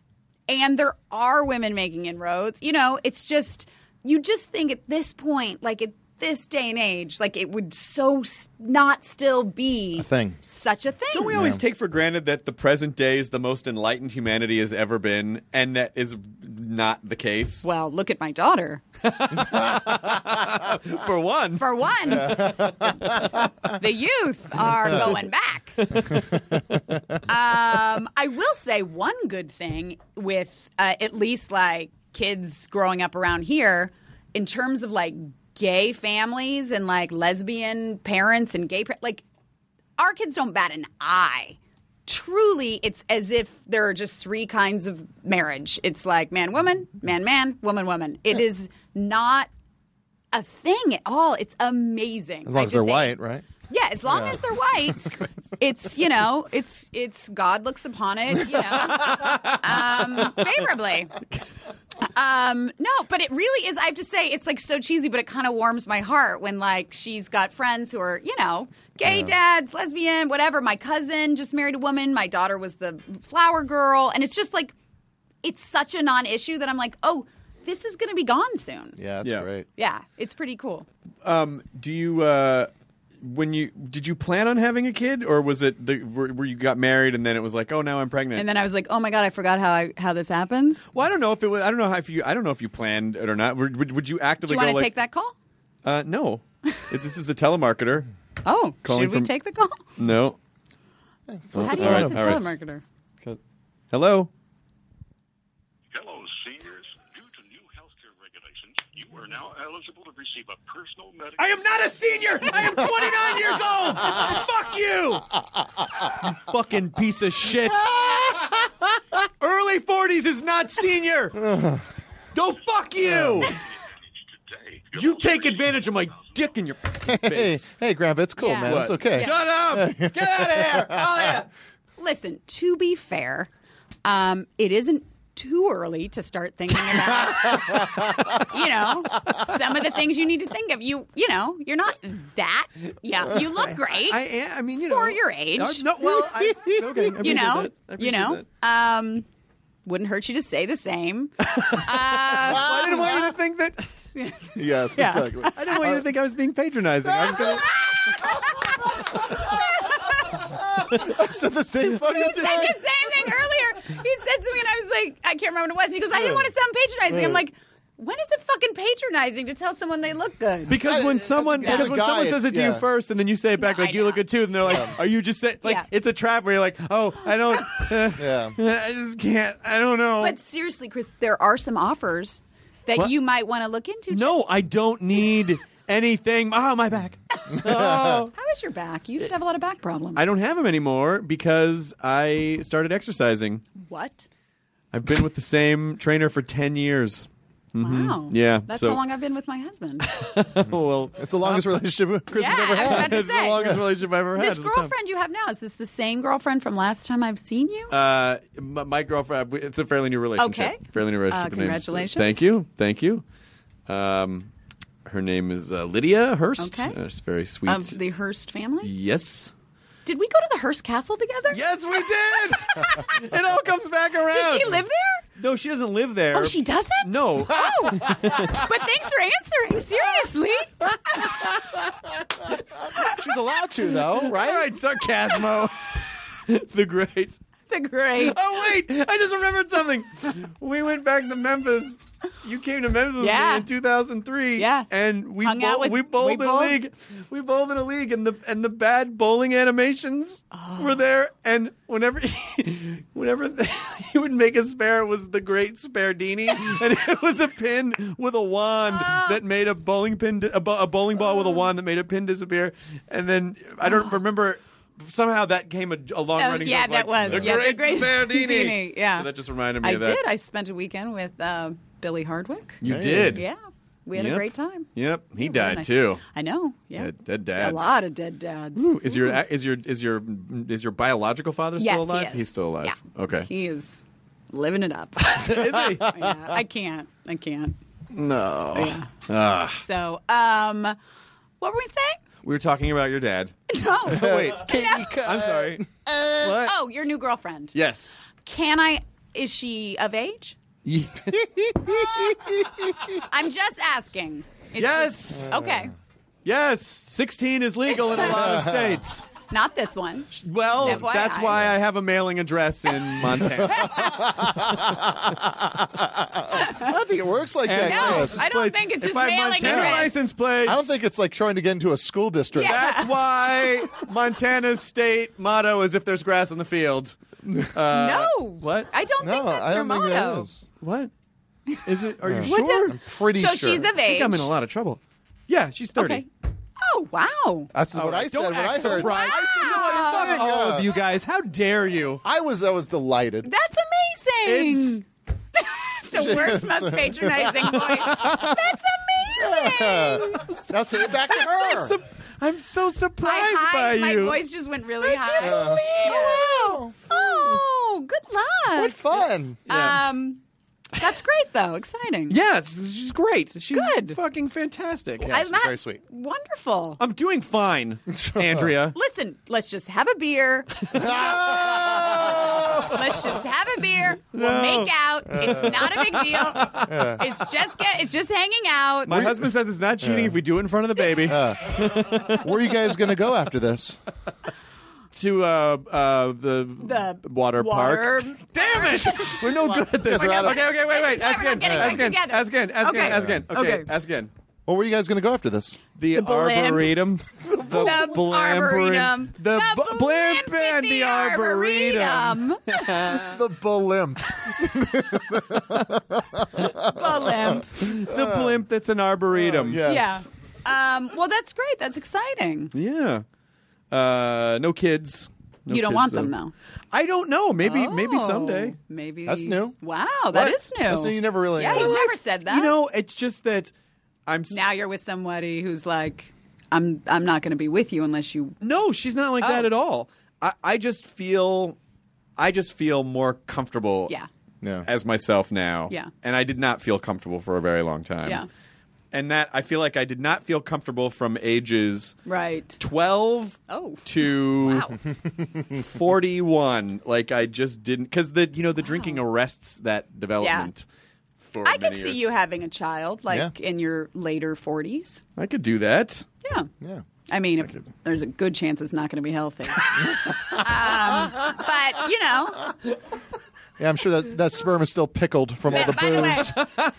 S11: and there are women making inroads. You know, it's just, you just think at this point, like at this day and age, like it would so s- not still be
S5: A thing.
S11: such a thing.
S5: Don't we always take for granted that the present day is the most enlightened humanity has ever been, and that is not the case?
S11: Well, look at my daughter.
S5: for one.
S11: For one. the youth are going back. um, I will say one good thing with uh, at least like kids growing up around here, in terms of like gay families and like lesbian parents and gay, par- like our kids don't bat an eye. Truly, it's as if there are just three kinds of marriage. It's like man, woman, man, man, woman, woman. It is not a thing at all. It's amazing.
S12: As long
S11: I
S12: as they're
S11: just say-
S12: white, right?
S11: yeah, as long
S12: Yeah.
S11: as they're white, it's you know, it's it's God looks upon it, you know, um, favorably. Um, no, but it really is. I have to say, it's like so cheesy, but it kind of warms my heart when like she's got friends who are you know, gay
S9: Yeah.
S11: dads, lesbian, whatever. My cousin just married a woman. My daughter was the flower girl, and it's just like it's such a non-issue that I'm like, oh, this is going to be gone soon.
S12: Yeah, that's great.
S11: Yeah, it's pretty cool.
S5: Um, do you uh, when you did you plan on having a kid, or was it the where, where you got married and then it was like, oh, now I'm pregnant?
S11: And then I was like, oh my god, I forgot how I, how this happens.
S5: well, I don't know if it was. I don't know how if you. I don't know if you planned it or not. Would, would, would you
S11: Do
S5: actively
S11: you
S5: go
S11: want to
S5: like?
S11: take that call?
S5: Uh, no, if this is a telemarketer.
S11: Oh,
S5: Calling
S11: should we
S5: from-
S11: take the call?
S5: No.
S11: Well, how do you
S5: All
S11: know
S5: right,
S11: it's a
S5: all right.
S11: telemarketer?
S5: Cut. Hello.
S13: Hello, seniors. Due to new healthcare regulations, you are now eligible to receive a personal medical.
S14: I am not a senior. I am 29 years old. Fuck you.
S5: Fucking piece of shit.
S14: Early 40s is not senior. Go fuck you. You take advantage of my dick in your
S12: Hey,
S14: face.
S12: hey, Grandpa, it's cool,
S11: Yeah.
S12: man. It's
S14: What?
S12: okay.
S14: Shut up! Get out of here!
S11: Listen, to be fair, um, it isn't too early to start thinking about, you know, some of the things you need to think of. You, you know, you're not that. Yeah, you look great.
S5: I am. I mean, you
S11: for
S5: know.
S11: your age.
S5: No, no, well, I- okay, I
S11: you
S5: appreciate
S11: know,
S5: that. I
S11: you
S5: appreciate
S11: know. Um, wouldn't hurt you to say the same. Uh,
S5: I didn't want you to think that.
S12: Yes,
S5: Yeah. exactly. I didn't want you to think I was being patronizing. I was gonna.
S12: I said the same fucking
S11: He
S12: thing.
S11: said the same thing earlier. He said something, and I was like, I can't remember what it was. And he goes, I didn't want to sound patronizing. I'm like, when is it fucking patronizing to tell someone they look good?
S5: Because when someone
S11: yeah.
S5: because when
S11: As a guy,
S5: someone says it to
S11: it's-
S5: you
S11: yeah.
S5: first and then you say it back like you look good too, and they're like, "Are you just saying like
S11: Yeah.
S5: it's a trap where you're like, oh, I don't, uh, I just can't, I don't know."
S11: But seriously, Chris, there are some offers that
S5: What?
S11: you might want to look into.
S5: no, I don't need anything. Ah, my back.
S11: How
S5: Oh.
S11: is your back? You used to have a lot of back problems.
S5: I don't have them anymore because I started exercising.
S11: What?
S5: I've been with the same trainer for ten years. Mhm.
S11: Wow.
S5: Yeah.
S11: That's
S5: so
S11: how long I've been with my husband.
S5: well,
S12: it's the longest relationship Chris
S11: Yeah,
S12: has ever
S11: I was
S12: had.
S11: about to
S5: it's the
S11: say.
S5: longest relationship I've ever had.
S11: this
S5: at the time.
S11: girlfriend you have now, is this the same girlfriend from last time I've seen you?
S5: Uh, my, my girlfriend. uh, It's a fairly new relationship.
S11: Okay.
S5: Fairly new
S11: Uh,
S5: relationship. Her name is-
S11: congratulations.
S5: Thank you. Thank you. Um, her name is uh, Lydia Hurst.
S11: Okay. Um,
S5: Uh, she's very sweet.
S11: Of the Hearst family?
S5: yes.
S11: Did we go to the Hearst Castle together?
S5: Yes, we did. it all comes back around.
S11: Does she live there?
S5: No, she doesn't live there.
S11: Oh, she doesn't?
S5: No.
S11: Oh. but thanks for answering. Seriously.
S5: She's allowed to, though, right? All right, Sarcasmo. the great.
S11: The great.
S5: Oh, wait. I just remembered something. We went back to Memphis. You came to Memphis with me
S11: Yeah.
S5: in 2003. Yeah. And we,
S11: Hung out
S5: bowl-
S11: with-
S5: we bowled
S11: we
S5: in a
S11: bowled.
S5: league. We bowled in a league, and the and the bad bowling animations
S11: Oh.
S5: were there. And whenever whenever he would make a spare, it was the great Spardini. and it was a pin with a wand
S11: Ah.
S5: that made a bowling pin, di- a, bo- a bowling ball with a wand that made a pin disappear. And then I
S11: Ah.
S5: don't remember. Somehow that came a, a long
S11: Oh,
S5: running.
S11: yeah,
S5: joke,
S11: that
S5: like,
S11: was.
S5: the
S11: Yeah,
S5: great
S11: the great
S5: Spardini.
S11: Spardini, yeah.
S5: So that just reminded me
S11: I
S5: of that.
S11: did. I spent a weekend with uh, Billy Hardwick.
S5: You Hey. did?
S11: Yeah. We had
S5: Yep.
S11: a great time.
S5: Yep, he
S11: Really
S5: died
S11: nice.
S5: too.
S11: I know. Yeah.
S5: Dead, dead
S11: A
S5: dads.
S11: lot of dead dads.
S5: Ooh, is your is your is your is your biological father still
S11: Yes, he
S5: alive?
S11: is.
S5: He's still alive.
S11: Yeah.
S5: Okay.
S11: He is living it up. Yeah, I can't. I can't.
S5: No.
S11: Yeah.
S5: Ah.
S11: So, um, what were we saying?
S5: we were talking about your dad.
S11: No.
S5: Oh, wait. I'm sorry.
S11: Uh,
S5: What?
S11: Oh, your new girlfriend.
S5: Yes.
S11: Can I? Is she of age? I'm just asking. It's
S5: Yes.
S11: just- okay.
S5: Yes. Sixteen is legal in a lot of states.
S11: Not this one.
S5: Well,
S11: FYI.
S5: that's why I have a mailing address in Montana.
S6: I don't think it works like
S5: And
S6: that.
S5: my
S6: Chris.
S11: I don't think it's just
S5: my
S11: mailing
S5: Montana
S11: address.
S5: license plate.
S6: I don't think it's like trying to get into a school district.
S5: That's why Montana's state motto is "If there's grass in the field." Uh,
S11: No.
S5: What?
S11: I don't think that's
S6: I
S11: your
S6: don't think that
S11: motto.
S6: is.
S5: What? Is it? Are you
S11: What
S5: sure?
S11: the- I'm pretty So sure. she's of
S5: I think I'm in
S11: age.
S5: a lot of trouble. Yeah, she's thirty.
S11: Okay. Oh wow.
S6: That's what I said
S5: Don't
S6: when
S5: act
S6: I heard.
S5: surprised.
S11: Ah! Wow.
S5: Fuck all of you guys. How dare you?
S6: I was I was delighted.
S11: That's amazing. the worst, most patronizing voice. That's amazing.
S6: now say it back to her.
S5: I'm so surprised
S11: I
S5: by
S11: high, my
S5: you.
S11: voice just went
S5: I
S11: really high.
S5: can't believe
S11: Wow. Oh, good luck.
S6: What fun.
S11: Um, that's great though. Exciting.
S5: Uh, Yes, she's great. She's good. Fucking fantastic.
S11: I'm not- Wonderful.
S5: I'm doing fine, Andrea.
S11: Listen, let's just have a beer. Let's just have a beer. We'll
S5: No.
S11: make out. It's not a big deal. It's just get. It's just hanging out.
S5: My husband says it's not cheating if we do it in front of the baby.
S6: Where are you guys going to go after this?
S5: to uh, uh, the,
S11: The
S5: water, park.
S11: water-
S5: Damn it! We're no good at this.
S6: We're
S5: Okay,
S6: not-
S5: okay, wait, wait.
S11: Sorry,
S5: Ask
S11: we're not
S5: again. Ask
S11: getting it
S5: again.
S11: together.
S5: Ask again. Ask again.
S11: Okay.
S5: Ask again. Okay,
S11: Okay.
S5: ask again.
S6: Well, where are you guys going to go after this?
S5: The,
S11: blimp.
S5: arboretum. The,
S11: The
S5: blimp-
S11: arboretum.
S5: The,
S11: The
S5: b- blimp and the arboretum.
S11: Freedom.
S6: The blimp.
S11: Blimp.
S5: The blimp that's an arboretum.
S11: Yeah. Um, well, that's great. That's exciting.
S5: Yeah. Uh, no kids. No
S11: you don't
S5: kids,
S11: want them though.
S5: I don't know. Maybe maybe
S11: Oh,
S5: someday.
S11: Maybe
S6: That's new.
S11: Wow, that
S6: What?
S11: is new.
S6: That's new. You never really-
S11: Yeah,
S6: Well,
S11: you
S6: I-
S11: never said that.
S5: You know, it's just that I'm s-
S11: now you're with somebody who's like, I'm I'm not going to be with you unless you.
S5: No, she's not like that
S11: Oh.
S5: at all. I, I just feel I just feel more comfortable
S11: Yeah.
S6: Yeah.
S5: as myself now.
S11: Yeah.
S5: And I did not feel comfortable for a very long time.
S11: Yeah.
S5: And that I feel like I did not feel comfortable from ages
S11: Right.
S5: 12
S11: Oh.
S5: to 41 like i just didn't because the you know the drinking arrests that development for
S11: I could
S5: many
S11: see
S5: years.
S11: you having a child like in your later 40s.
S5: i could do that
S11: Yeah.
S6: Yeah.
S11: I mean, if- there's a good chance it's not going to be healthy. um, but, you know,
S6: Yeah, I'm sure that that sperm is still pickled from all the
S11: by the way,
S6: booze.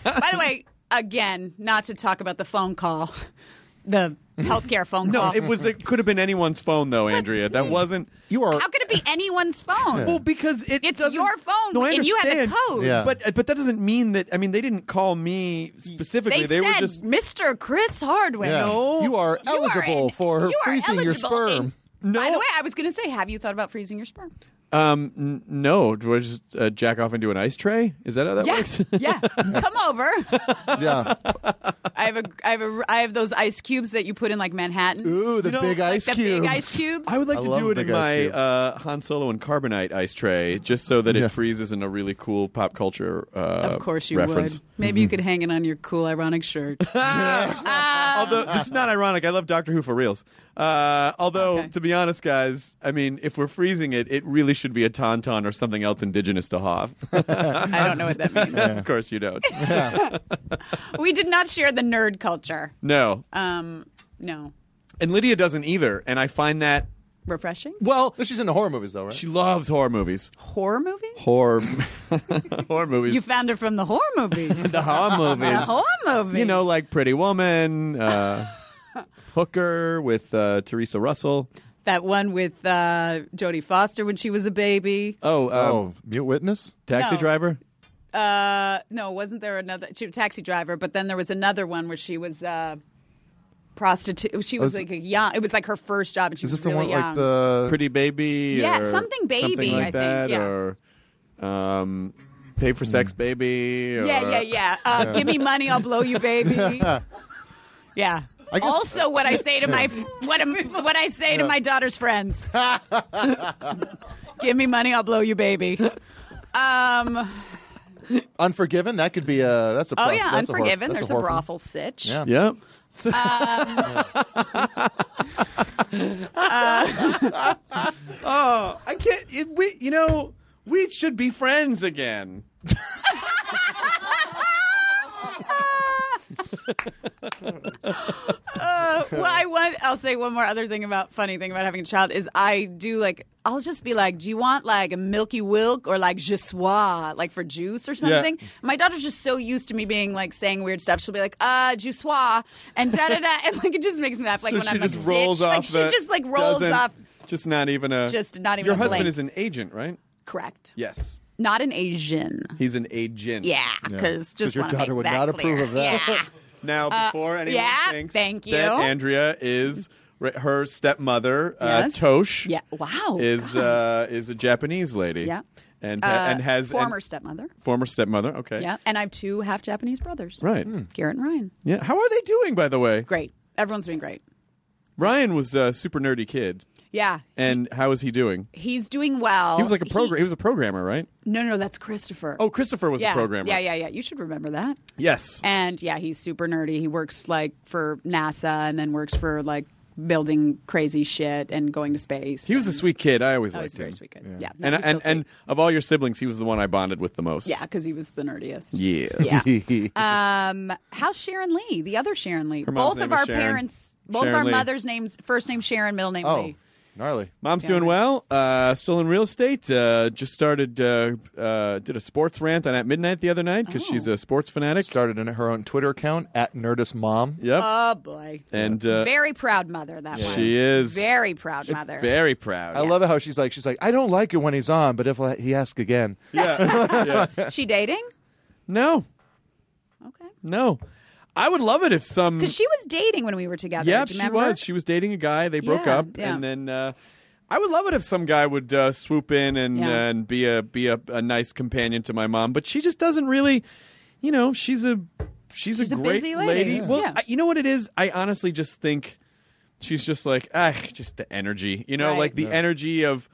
S11: by the way, again, not to talk about the phone call, the healthcare phone
S5: no
S11: call.
S5: it was it could have been anyone's phone though andrea that wasn't
S6: you are
S11: How could it be anyone's phone?
S5: well Oh, because it
S11: It's
S5: doesn't-
S11: your phone,
S5: no, I
S11: and you have the
S5: understand.
S11: code.
S6: Yeah.
S5: but but that doesn't mean that i mean they didn't call me specifically
S11: They,
S5: they,
S11: said,
S5: were just
S11: Mr. Chris Hardwick.
S6: Yeah. You are eligible
S11: in-
S6: for her
S11: you are
S6: freezing your
S11: eligible in-
S6: sperm.
S11: By the way, I was going to say, have you thought about freezing your sperm?
S5: um n- no do i just uh, jack off into an ice tray is that how that
S11: yeah,
S5: works
S11: yeah. Come over.
S6: yeah.
S11: I I have a, I have a, I have those ice cubes that you put in like Manhattan.
S12: Ooh, the big ice
S11: the
S12: cubes.
S11: Big ice cubes.
S5: I would like to do it in my uh, Han Solo and Carbonite ice tray, just so that
S11: Yeah.
S5: it freezes in a really cool pop culture. Uh,
S11: of course you
S5: reference.
S11: would. Maybe you could hang it on your cool ironic shirt. Uh,
S5: although this is not ironic, I love Doctor Who for reals. Uh, although, to be honest, guys, I mean, if we're freezing it, it really should be a tauntaun or something else indigenous to Hoff. I
S11: don't know what that means.
S5: of course, you don't.
S11: we did not share the nerd culture.
S5: no,
S11: Um, no.
S5: and Lydia doesn't either, and I find that
S11: Refreshing
S5: well,
S6: she's into horror movies though, right?
S5: She loves horror movies.
S11: horror movies.
S5: Horror, horror movies.
S11: You found her from the horror movies.
S5: the horror movies.
S11: The horror movies.
S5: You know, like Pretty Woman, uh, Hooker with uh, Teresa Russell.
S11: that one with uh, Jodie Foster when she was a baby.
S5: Oh, um,
S6: oh, Mute Witness,
S5: Taxi
S11: No.
S5: Driver.
S11: Uh, no, wasn't there another? She was a taxi driver, but then there was another one where she was uh, prostitute. She was,
S6: Was-
S11: like a young. It was like her first job, and she
S6: Oh, Is
S11: was
S6: this the one
S11: really young.
S6: like the
S5: Pretty Baby?
S11: Yeah,
S5: or
S11: something baby,
S5: something like
S11: I think,
S5: that,
S11: yeah.
S5: Or um, Pay for Sex
S6: Hmm.
S5: Baby. Or,
S11: yeah, yeah, yeah. Uh,
S5: Yeah.
S11: Give me money, I'll blow you, baby. yeah.
S5: I guess-
S11: also, what I say to my what am, what I say to
S5: Yeah.
S11: my daughter's friends. Give me money, I'll blow you, baby. Um.
S6: Unforgiven. That could be a that's a
S11: Oh
S6: prof-
S11: yeah,
S6: that's a horror-
S11: Unforgiven.
S6: that's
S11: There's a,
S6: horror film.
S11: brothel sitch.
S6: Yeah.
S5: Yep.
S11: Um, Uh,
S5: oh, I can't. It, we, you know, we should be friends again.
S11: Uh, well, I want. I'll say one more other thing about funny thing about having a child is I do like. I'll just be like, "Do you want like a Milky Wilk or like Je sois, like for juice or
S15: Yeah.
S11: something?" My daughter's just so used to me being like saying weird stuff. She'll be like, "Uh, Je sois," and da da da, and like it just makes me laugh. Like
S5: so
S11: when
S5: she
S11: I'm
S5: just
S11: like,
S5: rolls
S11: zitch,
S5: off.
S11: like she
S5: the-
S11: just like rolls
S5: doesn't-
S11: off.
S5: Just not even a.
S11: Just not even
S5: Your
S11: a
S5: husband
S11: blink.
S5: is an agent, right?
S11: Correct.
S5: Yes,
S11: Not an Asian.
S5: he's an agent.
S11: Yeah, because just
S5: your
S11: wanna
S5: daughter
S11: make
S5: would
S11: that
S5: not approve
S11: clear.
S5: of that.
S11: Yeah.
S5: Now,
S11: Uh,
S5: before anyone
S11: yeah,
S5: thinks
S11: thank you.
S5: that Andrea is re- her stepmother,
S11: Yes.
S5: uh, Tosh.
S11: Yeah. Wow.
S5: is uh, is a Japanese lady.
S11: Yeah.
S5: and
S11: Uh,
S5: and has and-
S11: former stepmother.
S5: former stepmother. Okay,
S11: Yeah, and I have two half Japanese brothers.
S5: right.
S11: Garrett and Ryan.
S5: Yeah, how are they doing? By the way,
S11: Great. Everyone's doing great.
S5: Ryan was a super nerdy kid.
S11: Yeah.
S5: and how is he doing?
S11: He's doing well.
S5: he was like a program. He, was a programmer, right?
S11: No, no, that's Christopher.
S5: Oh, Christopher was the
S11: yeah.
S5: programmer.
S11: Yeah, yeah, yeah. You should remember that.
S5: Yes.
S11: And yeah, he's super nerdy. He works like for NASA and then works for like building crazy shit and going to space.
S5: He was a sweet kid. I always
S11: Oh,
S5: liked
S11: he's a very
S5: him.
S11: sweet kid. Yeah. No,
S5: and
S11: he's
S5: and,
S11: so
S5: and of all your siblings, he was the one I bonded with the most.
S11: Yeah, because he was the nerdiest.
S5: Yes. Yeah.
S11: Um, how's Sharon Lee? The other Sharon Lee.
S5: Her mom's
S11: both
S5: name
S11: of
S5: is
S11: our
S5: Sharon.
S11: parents, both
S5: Sharon
S11: of our
S5: Lee. Oh.
S11: mothers' names, first name Sharon, middle
S6: Oh,
S11: name Lee.
S5: gnarly. Mom's doing well. Uh, still in real estate. Uh, just started. Uh, uh, did a sports rant on at midnight the other night because she's
S11: Oh.
S5: a sports fanatic.
S6: Started in her own Twitter account at Nerdist Mom.
S5: Yep.
S11: Oh boy.
S5: and uh,
S11: very proud mother that
S6: Yeah.
S11: one.
S6: She is.
S11: very proud
S6: It's
S11: mother.
S5: very proud.
S6: I love it how she's like she's like I don't like it when he's on, but if I- he asks again,
S5: Yeah. Yeah.
S11: she dating?
S5: No. Okay. No. I would love it if some.
S11: Because she was dating when we were together.
S5: Yeah,
S11: do
S5: Mm.
S11: you
S5: she
S11: remember?
S5: was. She was dating a guy. They broke
S11: Yeah,
S5: up,
S11: yeah.
S5: and then uh, I would love it if some guy would uh, swoop in and
S11: Yeah.
S5: and be a be a, a nice companion to my mom. But she just doesn't really, you know, she's a she's,
S11: She's a
S5: great
S11: busy lady. Yeah.
S5: Well,
S11: Yeah.
S5: I, you know what it is. I honestly just think she's just like ah, just the energy. You know,
S11: Right.
S5: like the
S11: Yeah.
S5: energy of.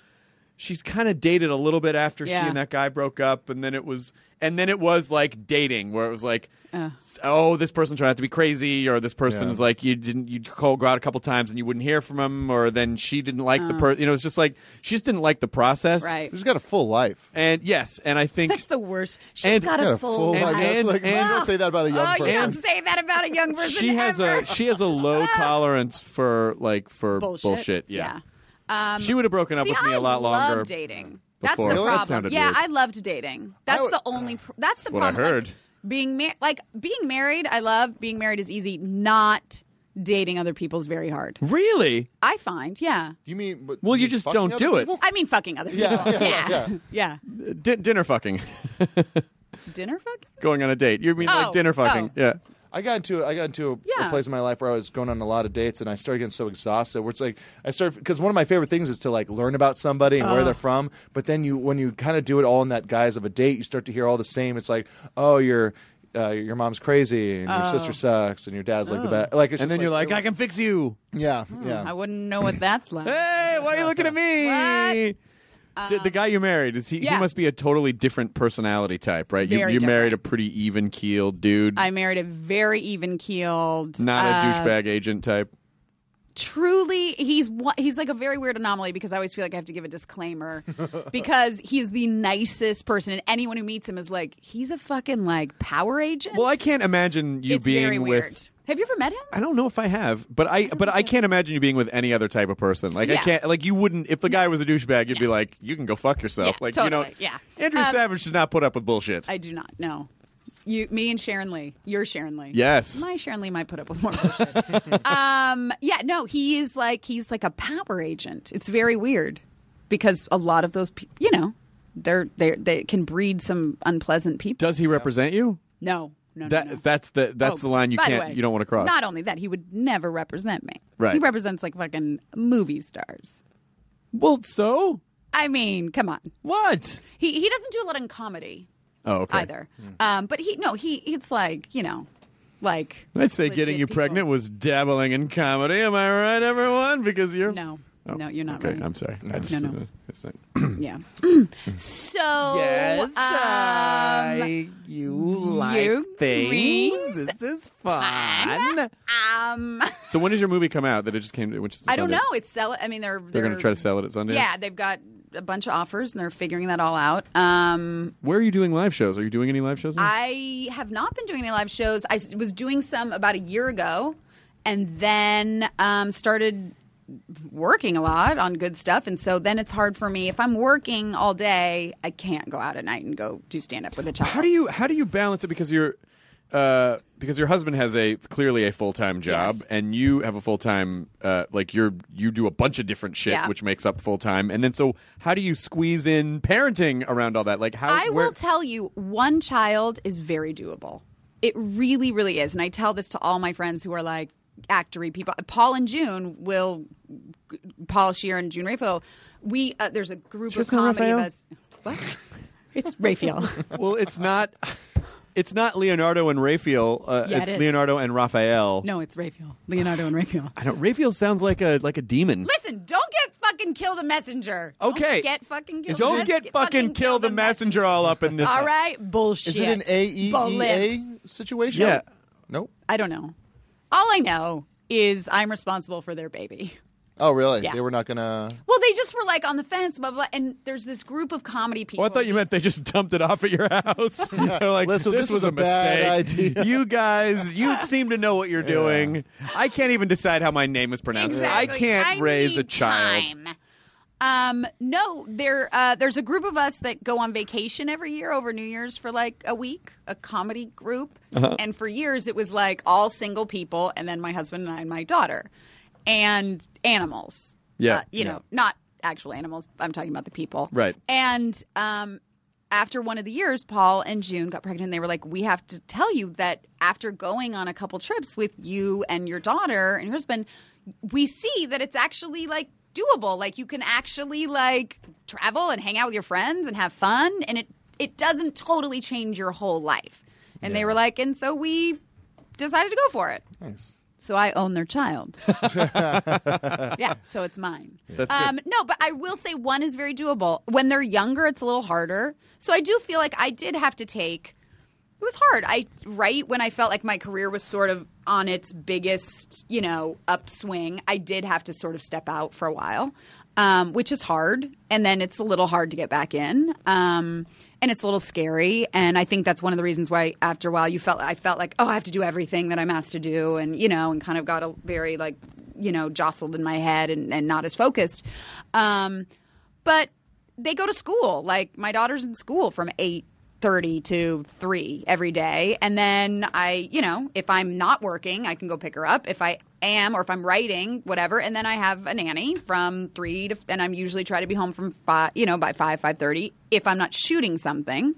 S5: She's kind of dated a little bit after she
S11: Yeah.
S5: and that guy broke up, and then it was, and then it was like dating, where it was like,
S11: Uh.
S5: oh, this person turned out to be crazy, or this person's
S11: Yeah.
S5: like you didn't you call go out a couple times and you wouldn't hear from him, or then she didn't like the
S11: Oh.
S5: person. You know, it's just like she just didn't like the process.
S11: Right. She's
S5: got a full life, and yes, and I think
S11: That's the worst. She's
S5: And- uh,
S11: got, a full, life.
S5: don't say that about a
S11: oh, you don't say that about a young person.
S5: she has
S11: ever.
S5: a she has a low tolerance for like for bullshit.
S11: Bullshit.
S5: Yeah.
S11: Um,
S5: She would have broken up
S11: see,
S5: with me a
S11: a
S5: lot longer
S11: Love dating.
S5: before.
S11: That's the
S5: Really? That
S11: problem.
S5: sounded
S11: yeah,
S5: weird.
S11: I loved dating. That's the only. Pr- that's the
S5: what I
S11: problem. Like,
S5: heard.
S11: being mar- like being married, I love being married is easy. Not dating other people is very hard.
S5: really?
S11: I find, yeah.
S6: You mean?
S5: Well, you just don't do it.
S11: I mean, fucking other people.
S5: Yeah, yeah,
S11: yeah,
S5: yeah.
S11: yeah.
S5: Din- dinner fucking,
S11: Dinner fucking.
S5: going on a date. You mean
S11: Oh,
S5: like dinner fucking?
S11: oh.
S5: Yeah.
S6: I got into I got into a, a place in my life where I was going on a lot of dates and I started getting so exhausted. Where it's like I started because one of my favorite things is to like learn about somebody and where
S12: Ugh.
S6: they're
S11: Uh.
S6: from. But then you when you kind of do it all in that guise of a date, you start to hear all the same. It's like oh you're uh, your mom's crazy and your
S11: Oh.
S6: sister sucks and your dad's like the
S11: Oh.
S6: best. Like, it's
S14: and
S6: just
S14: then you're like,
S6: there
S14: I can fix you.
S6: was- yeah, yeah.
S11: I wouldn't know what that's like.
S14: Hey, why are you looking at me?
S5: So the guy you married is he?
S11: yeah.
S5: He must be a totally different personality type, right?
S11: Very
S5: you you
S11: different.
S5: married a pretty even keeled dude,
S11: I married a very even keeled. uh,
S5: not a douchebag agent type.
S11: Truly, he's one- he's like a very weird anomaly because I always feel like I have to give a disclaimer because he's the nicest person, and anyone who meets him is like, he's a fucking like power agent.
S5: Well, I can't imagine you
S11: it's
S5: being
S11: very
S5: with.
S11: weird. Have you ever met him?
S5: I don't know if I have, but I but I can't imagine you being with any other type of person. Like
S11: Yeah.
S5: I can't like you wouldn't if the guy was a douchebag, you'd be like, you can go fuck yourself. like
S11: totally.
S5: you know,
S11: yeah.
S5: Andrew
S11: Um,
S5: Savage does not put up with bullshit.
S11: I do not know. You, me, and Sharon Lee. Your Sharon Lee.
S5: Yes.
S11: My Sharon Lee might put up with more bullshit. um, yeah. No, he is like he's like a power agent. It's very weird because a lot of those, people, you know, they're they they can breed some unpleasant people.
S5: does he represent you?
S11: No. No. no,
S5: that
S11: no.
S5: that's the that's
S11: Oh,
S5: the line you
S11: by the
S5: can't
S11: way,
S5: you don't want to cross.
S11: Not only that, he would never represent me.
S5: Right.
S11: He represents like fucking movie stars.
S5: Well, so
S11: I mean, come on.
S14: What?
S11: He he doesn't do a lot in comedy.
S5: Oh, okay.
S11: either. Um, but he, no, he, it's like you know, like
S5: I'd say
S11: legit
S5: getting you
S11: people.
S5: pregnant was dabbling in comedy. Am I right, everyone? Because you're Oh,
S11: No, no, you're not
S5: Okay,
S11: right.
S5: I'm sorry. I
S11: No,
S5: just,
S11: no.
S5: uh, it's not-
S11: yeah. So
S5: uh,
S11: um,
S14: you
S11: you things.
S14: This is fun.
S11: Um,
S5: so when does your movie come out? That it just came. Which is
S11: I don't
S5: Sundance?
S11: know. It's sell. I mean, they're
S5: They're going to try to sell it at Sunday.
S11: Yeah, they've got a bunch of offers and they're figuring that all out. Um,
S5: Where are you doing live shows? Are you doing any live shows? now?
S11: I have not been doing any live shows. I s- was doing some about a year ago, and then um, started working a lot on good stuff. And so then it's hard for me if I'm working all day. I can't go out at night and go do stand up with a child.
S5: how do you how do you balance it because you're uh, because your husband has a clearly a full time job
S11: Yes.
S5: and you have a full time uh, like you're you do a bunch of different shit
S11: Yeah.
S5: which makes up full time and then so how do you squeeze in parenting around all that like how
S11: I
S5: where-
S11: will tell you, one child is very doable. It really, really is. And I tell this to all my friends who are like actory people. Paul and June will, Paul Shear and June Raphael. We uh, there's a group
S5: Tristan
S11: of comedy
S5: Raphael?
S11: of us. What? It's Raphael.
S5: well it's not it's not Leonardo and Raphael uh,
S11: Yeah, it
S5: it's
S11: is.
S5: Leonardo and Raphael
S11: no, it's Raphael. Leonardo and Raphael.
S5: I don't Raphael sounds like a like a demon
S11: Listen, don't get fucking kill the messenger.
S5: Okay.
S11: Don't get fucking kill.
S5: don't
S11: the
S5: get fucking, kill the messenger all up in this
S11: All right, bullshit.
S6: Is it an
S5: E
S11: E Bullshit.
S6: AEEA situation?
S5: yeah
S6: Nope.
S11: I don't know. All I know is I'm responsible for their baby.
S6: Oh, really?
S11: Yeah.
S6: They were not gonna.
S11: Well, they just were like on the fence, blah blah. blah, And there's this group of comedy people.
S5: Well, Oh, I thought you meant they just dumped it off at your house. They're like,
S6: Listen,
S5: this,
S6: this
S5: was,
S6: was
S5: a
S6: a bad
S5: mistake.
S6: idea."
S5: You guys, you seem to know what you're doing. I can't even decide how my name is pronounced. I
S11: Exactly.
S5: can't
S11: I
S5: raise
S11: need
S5: a child.
S11: time. Um, no, there. Uh, there's a group of us that go on vacation every year over New Year's for like a week, a comedy group.
S15: Uh-huh.
S11: And for years, it was like all single people, and then my husband and I and my daughter, and animals.
S5: Yeah,
S11: Uh, you know, not actual animals. I'm talking about the people.
S5: Right.
S11: And um, after one of the years, Paul and June got pregnant. And they were like, "We have to tell you that after going on a couple trips with you and your daughter and your husband, we see that it's actually like doable. Like you can actually like travel and hang out with your friends and have fun, and it it doesn't totally change your whole life." And they were like, "And so we decided to go for it."
S6: Nice.
S11: So I own their child. yeah, so it's mine.
S6: That's
S11: um, no, but I will say one is very doable. When they're younger, it's a little harder. So I do feel like I did have to take. It was hard. I right when I felt like my career was sort of on its biggest, you know, upswing. I did have to sort of step out for a while, um, which is hard. And then it's a little hard to get back in, um, and it's a little scary. And I think that's one of the reasons why after a while you felt I felt like oh I have to do everything that I'm asked to do, and you know, and kind of got a very like you know jostled in my head and, and not as focused um, but they go to school like my daughter's in school from 8.30 to 3 every day and then i you know if i'm not working i can go pick her up if i am or if i'm writing whatever and then i have a nanny from 3 to and i'm usually try to be home from 5 you know by 5 5.30 if i'm not shooting something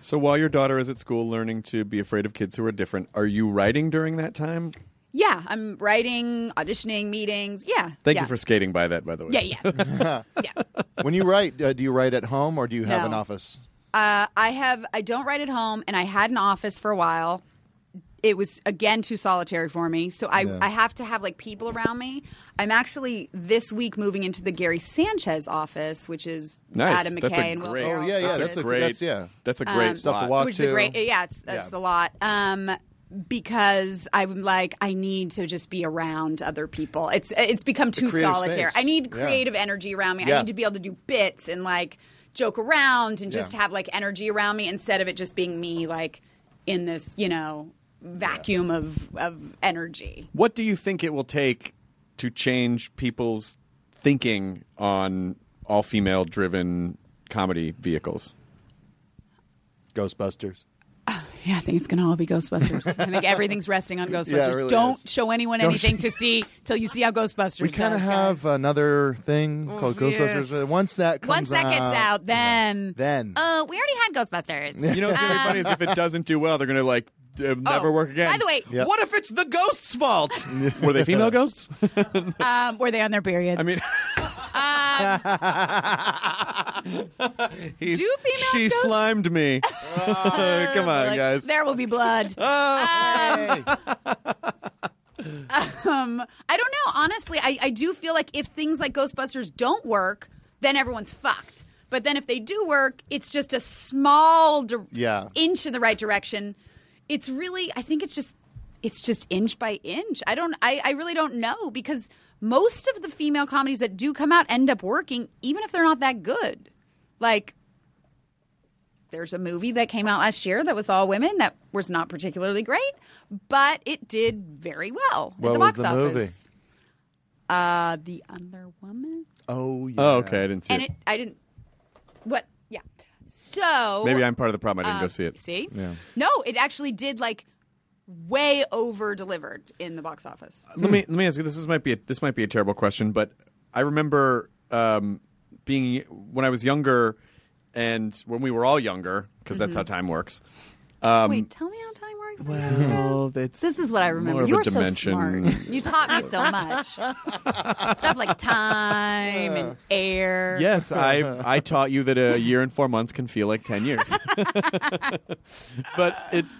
S5: So while your daughter is at school learning to be afraid of kids who are different, are you writing during that time?
S11: yeah i'm writing auditioning meetings yeah
S5: Thank
S11: yeah.
S5: you for skating by that, by the way.
S11: yeah yeah
S6: when you write, uh, do you write at home or do you have
S11: No.
S6: an office?
S11: Uh, I have. I don't write at home, and I had an office for a while. It was again too solitary for me, so I,
S9: Yeah.
S11: I have to have like people around me. I'm actually this week moving into the Gary Sanchez office, which is
S5: Nice.
S11: Adam McKay
S5: That's a
S11: and Will
S5: great-
S11: Ferrell's
S5: Oh, yeah, yeah,
S11: office.
S5: that's a great- that's- yeah. that's a great
S11: stuff
S5: lot. walk
S11: which is a
S5: to.
S11: great, yeah, it's that's
S5: Yeah.
S11: the lot. Um, because I'm like I need to just be around other people. It's it's become too
S9: creative
S11: solitary.
S9: space.
S11: I need
S9: Yeah.
S11: creative energy around me. I
S9: Yeah.
S11: need to be able to do bits and like joke around and just
S9: Yeah.
S11: have like energy around me instead of it just being me like in this you know vacuum of of energy.
S5: What do you think it will take to change people's thinking on all female driven comedy vehicles?
S6: Ghostbusters.
S11: Yeah, I think it's gonna all be Ghostbusters. I think everything's resting on Ghostbusters.
S6: Yeah, it really
S11: Don't
S6: is.
S11: show anyone
S6: Don't
S11: anything to see till you see how Ghostbusters.
S12: We kind of
S11: does,
S12: have another thing called
S11: yes.
S12: Ghostbusters. uh, Once that
S11: guys.
S12: comes
S11: Once that gets out, then
S12: then
S9: Uh, we already had Ghostbusters.
S5: You know what's gonna be funny is if it doesn't do well, they're gonna like uh, never
S11: Oh,
S5: work again.
S11: by the way- Yep.
S8: What if it's the ghost's fault?
S5: Were they female ghosts?
S11: um, were they on their periods? I
S5: mean, He's-
S11: do female
S5: she
S11: ghosts?
S5: slimed me. Come on,
S11: Like,
S5: guys. Oh,
S11: There will be blood. Um, um, I don't know. Honestly, I, I do feel like if things like Ghostbusters don't work, then everyone's fucked. But then if they do work, it's just a small di-
S12: Yeah.
S11: inch in the right direction. It's really, I think it's just, it's just inch by inch. I don't, I, I really don't know because most of the female comedies that do come out end up working, even if they're not that good. Like, there's a movie that came out last year that was all women that was not particularly great, but it did very well at
S12: What
S11: the
S12: was
S11: box
S12: the movie?
S11: office. Uh, the Other Woman,
S12: Oh yeah.
S5: Oh, okay. I didn't see
S11: and
S5: it.
S11: it I didn't. What? Yeah. So
S5: Maybe I'm part of the problem. I didn't go
S11: um,
S5: see it.
S11: See?
S5: Yeah.
S11: No, it actually did like way over delivered in the box office.
S5: let me let me ask you. This is, might be a, this might be a terrible question, but I remember um, being when I was younger, and when we were all younger, because that's
S11: Mhm.
S5: how time works. Um,
S11: Wait, tell me how time works.
S5: well, that's
S11: This is what I
S5: More
S11: remember.
S5: of
S11: You
S5: a
S11: were so
S5: dimension.
S11: smart. You taught me so much stuff like time and air.
S5: Yes, I I taught you that a year and four months can feel like ten years. but it's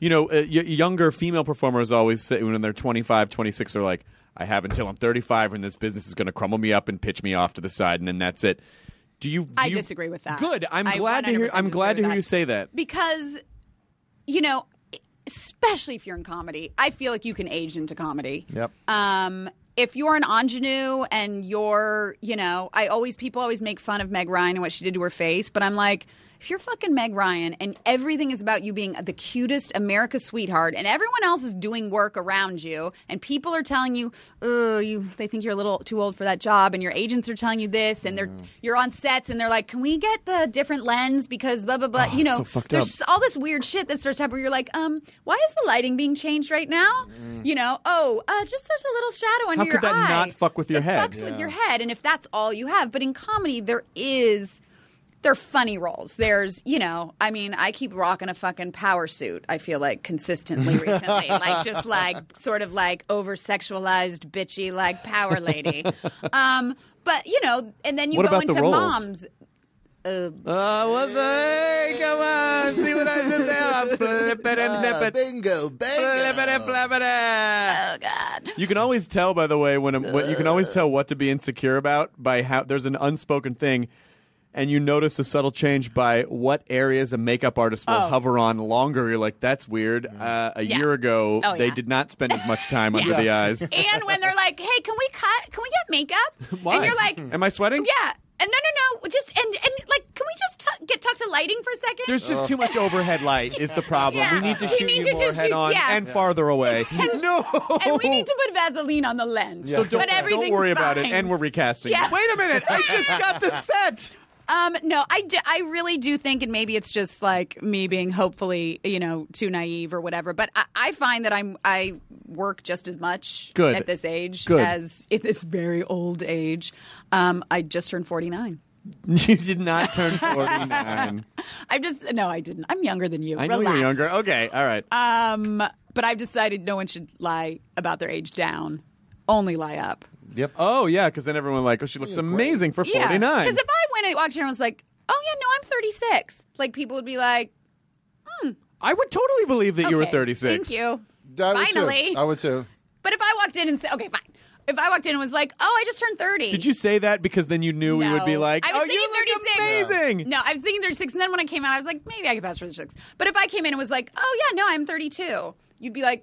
S5: you know uh, y- younger female performers always say when they're 25, 26, they're like, I have until I'm 35 when this business is going to crumble me up and pitch me off to the side, and then that's it. Do you? do
S11: I
S5: you-
S11: disagree with that.
S5: Good. I'm
S11: I
S5: glad to hear.
S11: 100%
S5: I'm glad to
S11: disagree
S5: hear
S11: with
S5: you
S11: that.
S5: say that.
S11: because you know especially if you're in comedy i feel like you can age into comedy
S12: Yep.
S11: um if you're an ingenue and you're you know i always people always make fun of meg ryan and what she did to her face but i'm like if you're fucking meg ryan and everything is about you being the cutest america sweetheart and everyone else is doing work around you and people are telling you oh you they think you're a little too old for that job and your agents are telling you this and they're
S5: Mm.
S11: you're on sets and they're like can we get the different lens because blah blah blah
S5: Ah,
S11: you know
S9: so fucked
S11: there's
S9: up.
S11: all this weird shit that starts happening where you're like, um, why is the lighting being changed right now?
S5: Mm.
S11: You know, oh, uh, just such a little shadow under
S5: How
S11: your
S5: could that
S11: eye.
S5: not fuck with your
S11: it
S5: head?
S11: fucks with your head, and if that's all you have, but in comedy there is. They're funny roles. There's, you know, I mean, I keep rocking a fucking power suit. I feel like consistently recently, like just like sort of like over sexualized, bitchy, like power lady. Um, but you know, and then you
S5: What
S11: go
S5: about the
S11: into
S5: roles?
S11: moms. Uh,
S5: uh, what the? Hey, come on, see what I did there? I'm flipping and
S12: Ah,
S5: nipping.
S12: bingo,
S5: Flippity, flappity. Oh
S11: God.
S5: You can always tell, by the way, when, a, when you can always tell what to be insecure about by how there's an unspoken thing, and you notice a subtle change by what areas a makeup artist will
S11: Oh.
S5: hover on longer. You're like, that's weird. Uh, a
S11: Yeah.
S5: year ago,
S11: Oh,
S5: they
S11: yeah.
S5: did not spend as much time under
S11: Yeah.
S5: the eyes.
S11: and when they're like, "Hey, can we cut? Can we get makeup?"
S5: Why?
S11: And you're like,
S5: am I sweating?
S11: Yeah. And no, no, no. Just and and like, can we just t- get talk to lighting for a second?
S5: There's just too much overhead light is the problem.
S11: Yeah.
S5: We need to
S11: We
S5: shoot
S11: need
S5: you
S11: to
S5: more
S11: just
S5: head
S11: shoot-
S5: on
S11: yeah.
S5: and
S11: Yeah.
S5: farther away.
S11: And-
S5: no.
S11: And we need to put Vaseline on the lens.
S5: So don't,
S11: but everything's
S5: don't worry about it.
S11: fine.
S5: And we're recasting.
S11: Yeah.
S5: Wait a minute. I just got the set.
S11: Um, no, I, d- I really do think, and maybe it's just like me being hopefully, you know, too naive or whatever. But I, I find that I'm I work just as much
S9: Good.
S11: at this age
S9: Good.
S11: as at this very old age. Um, I just turned 49.
S5: You did not turn 49.
S11: I'm just no, I didn't. I'm younger than you.
S5: I know
S11: Relax.
S5: you're younger. Okay, all right.
S11: Um, but I've decided no one should lie about their age down. Only lie up.
S5: Yep. Oh yeah, because then everyone like, oh, she looks amazing for
S11: Yeah.
S5: forty nine.
S11: Because if I went and walked here and was like, oh yeah, no, I'm 36. Like people would be like,
S5: I would totally believe that you were
S11: Okay,
S5: 36.
S11: Thank you.
S6: I would too.
S11: Finally.
S6: I would too.
S11: But if I walked in and said, okay, fine. If I walked in and was like, oh, I just turned 30.
S5: Did you say that because then you knew we would be
S11: No.
S5: like,
S11: I was
S5: oh, you
S11: thinking
S5: look
S11: 36.
S5: amazing?
S11: No, I was thinking 36. And then when I came out, I was like, maybe I could pass for 36. But if I came in and was like, oh, yeah, no, I'm 32, you'd be like,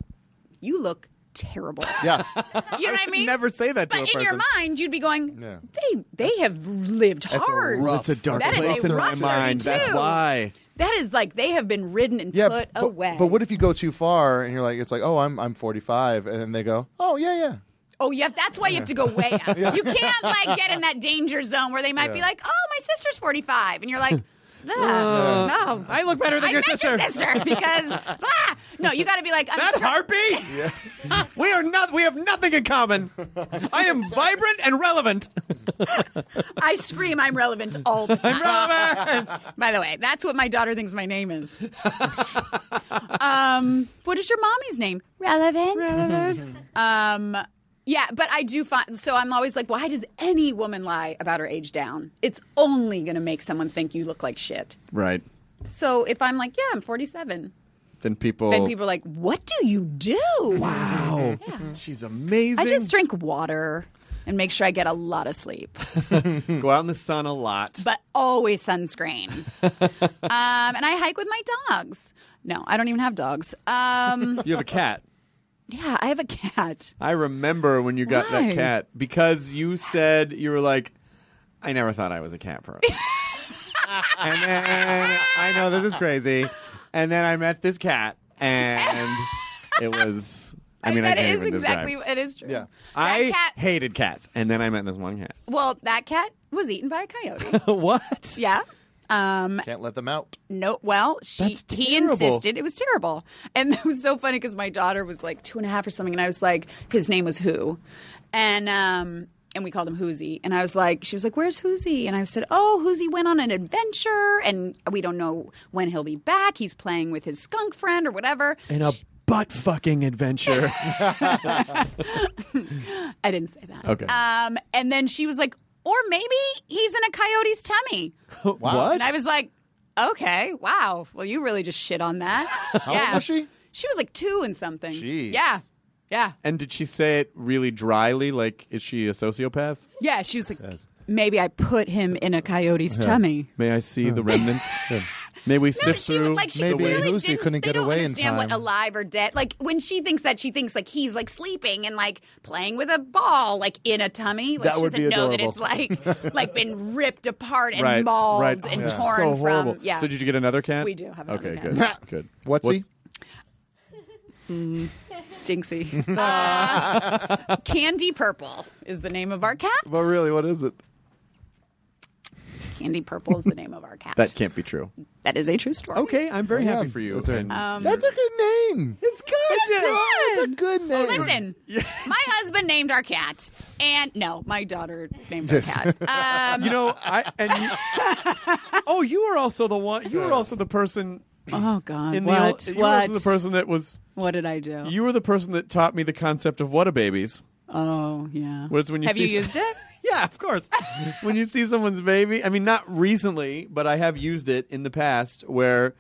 S11: you look terrible.
S6: Yeah.
S11: You know what I mean?
S5: Never say that to a
S11: but in
S5: person.
S11: your mind, you'd be going,
S6: Yeah.
S11: they they have lived
S5: That's a
S11: hard.
S5: rough- That's a dark
S11: That is
S5: place
S11: a
S5: in my
S11: rough
S5: mind. That's
S11: 32.
S5: why.
S11: That is like they have been ridden and
S6: Yeah,
S11: put
S6: but,
S11: away.
S6: but what if you go too far and you're like, it's like, oh, I'm I'm 45, and then they go, oh yeah yeah,
S11: Oh, yeah, that's why you have to go way up.
S6: Yeah.
S11: You can't like get in that danger zone where they might be
S6: Yeah.
S11: like, "Oh, my sister's 45," and you're like, "Ah,
S16: Uh,
S11: "No,
S16: I look better than
S11: I'm
S16: your
S11: not
S16: sister."
S11: sister because ah, no, you got to be like I'm
S16: That
S11: tr-
S16: harpy? we are not. We have nothing in common. I am vibrant and relevant.
S11: I scream, I'm relevant all the time. I'm relevant. By the way, that's what my daughter thinks my name is. um, what is your mommy's name? Relevant. Relevant. um, yeah, but I do find so I'm always like, why does any woman lie about her age down? It's only going to make someone think you look like shit.
S5: Right.
S11: So if I'm like, yeah, I'm 47,
S5: Then people.
S11: then people are like, what do you do?
S5: Wow. She's amazing.
S11: I just drink water and make sure I get a lot of sleep.
S5: Go out in the sun a lot.
S11: but always sunscreen. um, and I hike with my dogs. No, I don't even have dogs. Um,
S5: You have a cat.
S11: yeah, I have a cat.
S5: I remember when you got
S11: Why?
S5: that cat because you said you were like, I never thought I was a cat person. and then I know this is crazy. And then I met this cat, and it was. I mean, I
S11: that
S5: can't
S11: is
S5: even
S11: exactly
S5: describe.
S11: it is true.
S6: Yeah.
S5: I
S11: cat-
S5: hated cats, and then I met this one cat.
S11: Well, that cat was eaten by a coyote.
S5: what?
S11: yeah. Um,
S6: can't let them out.
S11: no, well, she
S6: That's
S11: he
S6: terrible.
S11: insisted it was terrible, and it was so funny because my daughter was like two and a half or something, and I was like, his name was Who, and um. And we called him Hoozy. And I was like, she was like, where's Hoozy? And I said, oh, Hoozy went on an adventure and we don't know when he'll be back. He's playing with his skunk friend or whatever.
S5: In a butt fucking adventure.
S11: I didn't say that.
S5: Okay.
S11: Um, and then she was like, or maybe he's in a coyote's tummy.
S5: What?
S11: And I was like, okay, wow. Well, you really just shit on that.
S6: How old was she?
S11: She was like two and something.
S6: Jeez.
S11: Yeah. Yeah.
S5: and did she say it really dryly? Like, is she a sociopath?
S11: Yeah. She was like, maybe I put him in a coyote's
S5: Yeah.
S11: tummy.
S5: May I see the remnants? May we sift
S11: she was-
S5: through?
S11: like, she
S5: the
S6: Maybe
S5: waste?
S11: really
S6: Lucy
S11: didn't-
S6: couldn't
S11: they
S6: get
S11: don't
S6: away in
S11: understand what
S6: time.
S11: alive or dead. Like when she thinks that, she thinks like he's like sleeping and like playing with a ball, like in a tummy. Like
S6: That
S11: she
S6: would
S11: doesn't
S6: be
S11: know that
S6: adorable.
S11: it's like like been ripped apart and
S5: right,
S11: mauled
S5: right.
S11: and
S5: Oh, that's
S11: torn
S5: so
S11: from.
S5: horrible.
S11: Yeah.
S5: So did you get another cat?
S11: We do have another
S5: okay,
S11: cat.
S5: good, good.
S6: What's, he?
S11: Jinxie. Uh, Candy Purple is the name of our cat.
S6: But really, what is it?
S11: Candy Purple is the name of our cat.
S5: That can't be true.
S11: that is a true story.
S5: Okay, I'm very
S6: Oh, Yeah,
S5: happy for you.
S6: that's right.
S5: and
S11: Um,
S5: you're-
S6: That's a good name.
S5: it's good.
S11: It's
S6: It's a good name.
S11: Listen, my husband named our cat, and no, my daughter named our cat. Um,
S5: You know, I and you, oh, you were also the one. You were also the person.
S11: oh God,
S5: In
S11: what?
S5: The, you were
S11: what?
S5: also the person that was.
S11: what did I do?
S5: You were the person that taught me the concept of what a babies.
S11: oh yeah.
S5: Whereas when you
S11: have
S5: see
S11: you used it?
S5: Yeah, of course. when you see someone's baby, I mean, not recently, but I have used it in the past where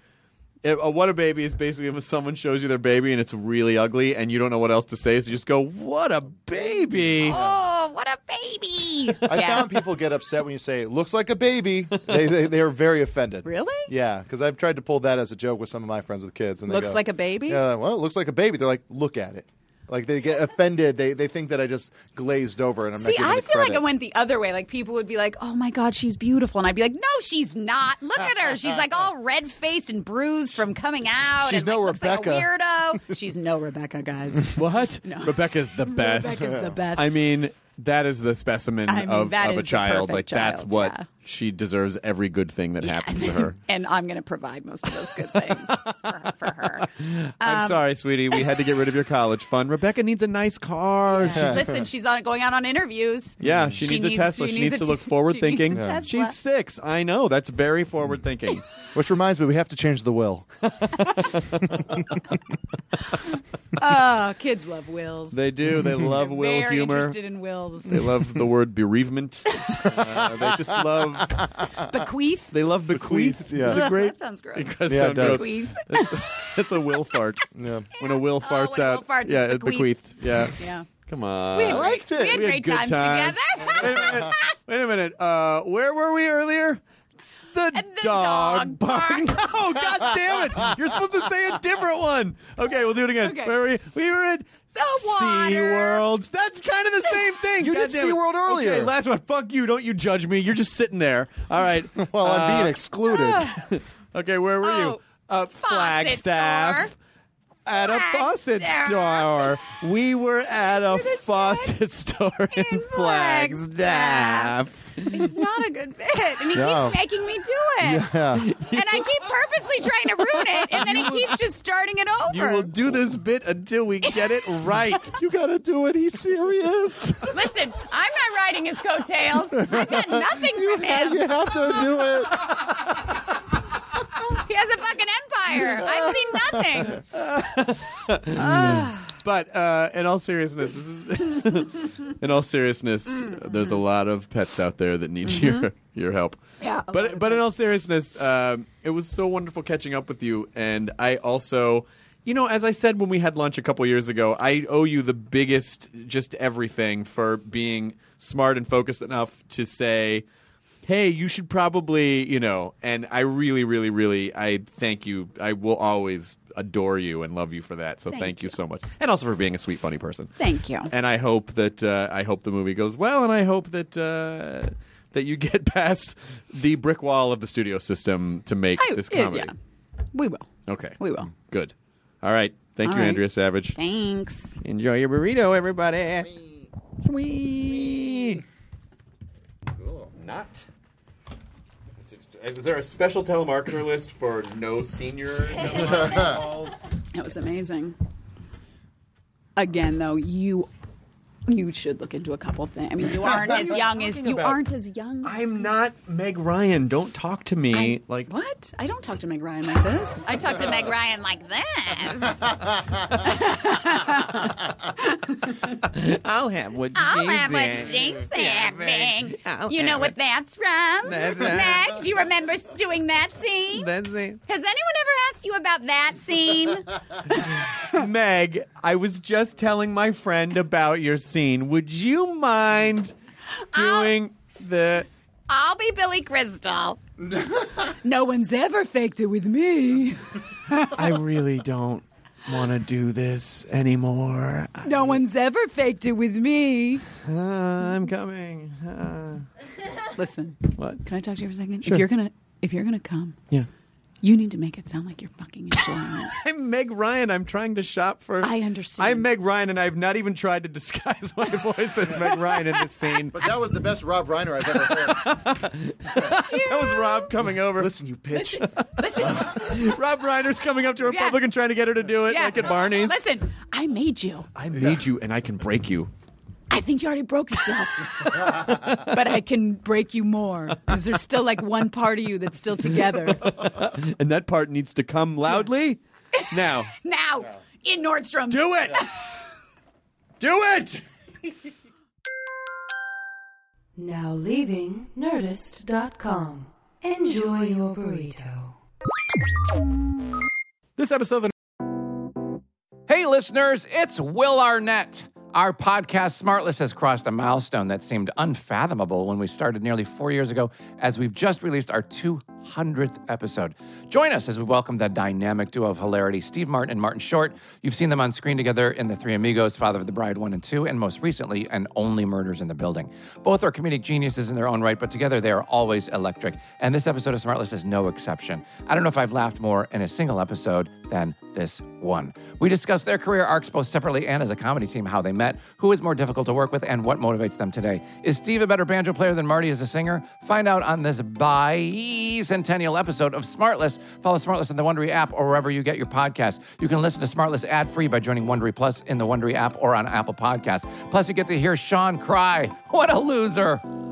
S5: a a what a baby is basically if someone shows you their baby and it's really ugly and you don't know what else to say, so you just go, "What a baby!"
S11: Oh, what a baby!
S6: I
S11: yeah.
S6: found people get upset when you say "looks like a baby." They they, they are very offended.
S11: Really?
S6: Yeah, because I've tried to pull that as a joke with some of my friends with kids, and they
S11: Looks
S6: go,
S11: like a baby?
S6: Yeah, well, it looks like a baby. They're like, look at it. Like they get offended. They they think that I just glazed over, and I'm
S11: See,
S6: not giving
S11: I
S6: it
S11: feel like
S6: credit.
S11: I went the other way. Like people would be like, "Oh my god, she's beautiful," and I'd be like, "No, she's not. Look at her. She's like all red faced and bruised from coming out.
S6: She's
S11: and,
S6: no
S11: like, looks like a
S6: Rebecca."
S11: weirdo. she's no Rebecca, guys.
S5: What? Rebecca's the best.
S11: Rebecca's the best.
S5: I mean, that is the specimen
S11: I mean,
S5: of,
S11: that
S5: of a
S11: is the
S5: child.
S11: perfect
S5: Like that's
S11: child,
S5: what
S11: yeah.
S5: she deserves. Every good thing that happens to her.
S11: and I'm going to provide most of those good things for, for her.
S5: I'm
S11: Um,
S5: sorry, sweetie. We had to get rid of your college fund. Rebecca needs a nice car.
S11: Yeah. Listen, she's on, going out on interviews.
S5: Yeah, she, needs, a Tesla. She, needs, to
S11: a
S5: look
S11: t-
S5: forward
S11: she
S5: thinking.
S11: needs a Tesla.
S5: She's six. I know. That's very forward thinking.
S17: Which reminds me, we have to change the will.
S11: oh, kids love wills.
S5: They do. They love
S11: They're
S5: Will
S11: Mm-hmm. very
S5: humor.
S11: interested in wills.
S5: They love the word bereavement. Uh, they just love
S11: Bequeath?
S5: They love bequeath. Yeah,
S11: Ugh, that sounds gross.
S5: It does
S11: Yeah, it
S5: sound gross.
S11: Bequeath. Oh,
S5: It's, it's a will fart. Yeah. When a will farts
S11: when a will
S5: out.
S11: farts, it's
S5: yeah,
S11: bequeathed.
S5: Yeah.
S11: Yeah.
S5: Come on.
S11: We had great- we had great
S5: good
S11: times together.
S5: wait a minute. Wait a minute. Uh, where were we earlier? The, dog, bark. Oh, god damn it. You're supposed to say a different one. Okay, we'll do it again.
S11: Okay.
S5: Where were we? We were at
S11: The
S5: Sea
S11: water.
S5: World. That's kind of the same thing.
S17: You
S5: God
S17: did
S5: damn it.
S17: SeaWorld earlier.
S5: Okay, last one. Fuck you. Don't you judge me. You're just sitting there. All right.
S17: well, I'm being
S5: Uh,
S17: excluded.
S5: Okay, where were you?
S17: Oh,
S5: Uh, Flagstaff. At a faucet store. We were at a faucet store in Flagstaff.
S11: It's not a good bit. And he
S5: No.
S11: keeps making me do it.
S5: Yeah.
S11: And I keep purposely trying to ruin it. And then he keeps just starting it
S5: You
S11: over.
S5: will do this bit until we get it right. you gotta do it. He's serious.
S11: Listen, I'm not riding his coattails. I got nothing from him.
S17: you have to do it.
S11: He has a fucking empire. I've seen nothing.
S5: but uh, in all seriousness, this is in all seriousness, there's a lot of pets out there that need your your help.
S11: Yeah, a
S5: But but in all seriousness, um, it was so wonderful catching up with you, and I also. You know, as I said when we had lunch a couple years ago, I owe you the biggest, just everything for being smart and focused enough to say, hey, you should probably, you know, and I really, really, really, I thank you. I will always adore you and love you for that. So thank,
S11: Thank
S5: you. so much, and also for being a sweet, funny person.
S11: Thank you.
S5: And I hope that uh, I hope the movie goes well, and I hope that uh, that you get past the brick wall of the studio system to make
S11: I-
S5: this
S11: yeah,
S5: comedy.
S11: We will.
S5: Okay,
S11: We will.
S5: Good. All right. Thank
S11: All
S5: you,
S11: right.
S5: Andrea Savage.
S11: Thanks.
S5: Enjoy your burrito, everybody. Sweet. Cool. Not. Is there a special telemarketer list for no senior telemarketing calls?
S11: That was amazing. Again, though, you you should look into a couple things. I mean, you aren't
S5: What are
S11: as
S5: you
S11: young as
S5: talking
S11: you
S5: about?
S11: aren't as young. As
S5: I'm not Meg Ryan. Don't talk to me like
S11: what? I don't talk to Meg Ryan like this. I talk to Meg Ryan like this.
S5: I'll have what
S11: I'll
S5: she's
S11: have what
S5: in.
S11: she's having.
S5: I'll
S11: You know
S5: have
S11: what
S5: it.
S11: that's from?
S5: That's it.
S11: Meg, do you remember doing that scene?
S5: That's it.
S11: Has anyone ever asked you about that scene?
S5: Meg, I was just telling my friend about your scene. Would you mind doing the
S11: I'll be Billy Crystal. no one's ever faked it with me.
S5: I really don't want to do this anymore.
S11: No one's ever faked it with me.
S5: I'm coming.
S11: Listen.
S5: What?
S11: Can I talk to you for a second?
S5: Sure.
S11: If you're gonna if you're gonna come,
S5: Yeah.
S11: you need to make it sound like you're fucking enjoying it.
S5: I'm Meg Ryan. I'm trying to shop for. I understand. I'm Meg Ryan, and I've not even tried to disguise my voice as Meg Ryan in this scene.
S18: But that was the best Rob Reiner I've ever heard.
S5: That was Rob coming over. Listen,
S18: you bitch.
S5: Rob Reiner's coming up to a Republican trying to get her to do it, like at Barney's.
S11: Listen, I made you.
S5: I made you, and I can break you.
S11: I think you already broke yourself. but I can break you more because there's still like one part of you that's still together.
S5: and that part needs to come loudly now.
S11: Now, in Nordstrom.
S5: Do it! Do it!
S3: Now leaving Nerdist.com. Enjoy your burrito.
S6: This episode of the Hey listeners, it's Will Arnett. Our podcast Smartless has crossed a milestone that seemed unfathomable when we started nearly 4 years ago as we've just released our 200th episode. Join us as we welcome the dynamic duo of hilarity Steve Martin and Martin Short. You've seen them on screen together in The Three Amigos, Father of the Bride 1 and 2, and most recently and Only Murders in the Building. Both are comedic geniuses in their own right, but together they are always electric. And this episode of Smartless is no exception. I don't know if I've laughed more in a single episode than this one. We discuss their career arcs both separately and as a comedy team, how they met, who is more difficult to work with, and what motivates them today. Is Steve a better banjo player than Marty is a singer? Find out on this bye bicentennial episode of Smartless. Follow Smartless on the Wondery app or wherever you get your podcast. You can listen to Smartless ad free by joining Wondery Plus in the Wondery app or on Apple Podcasts. Plus, you get to hear Sean cry. What a loser!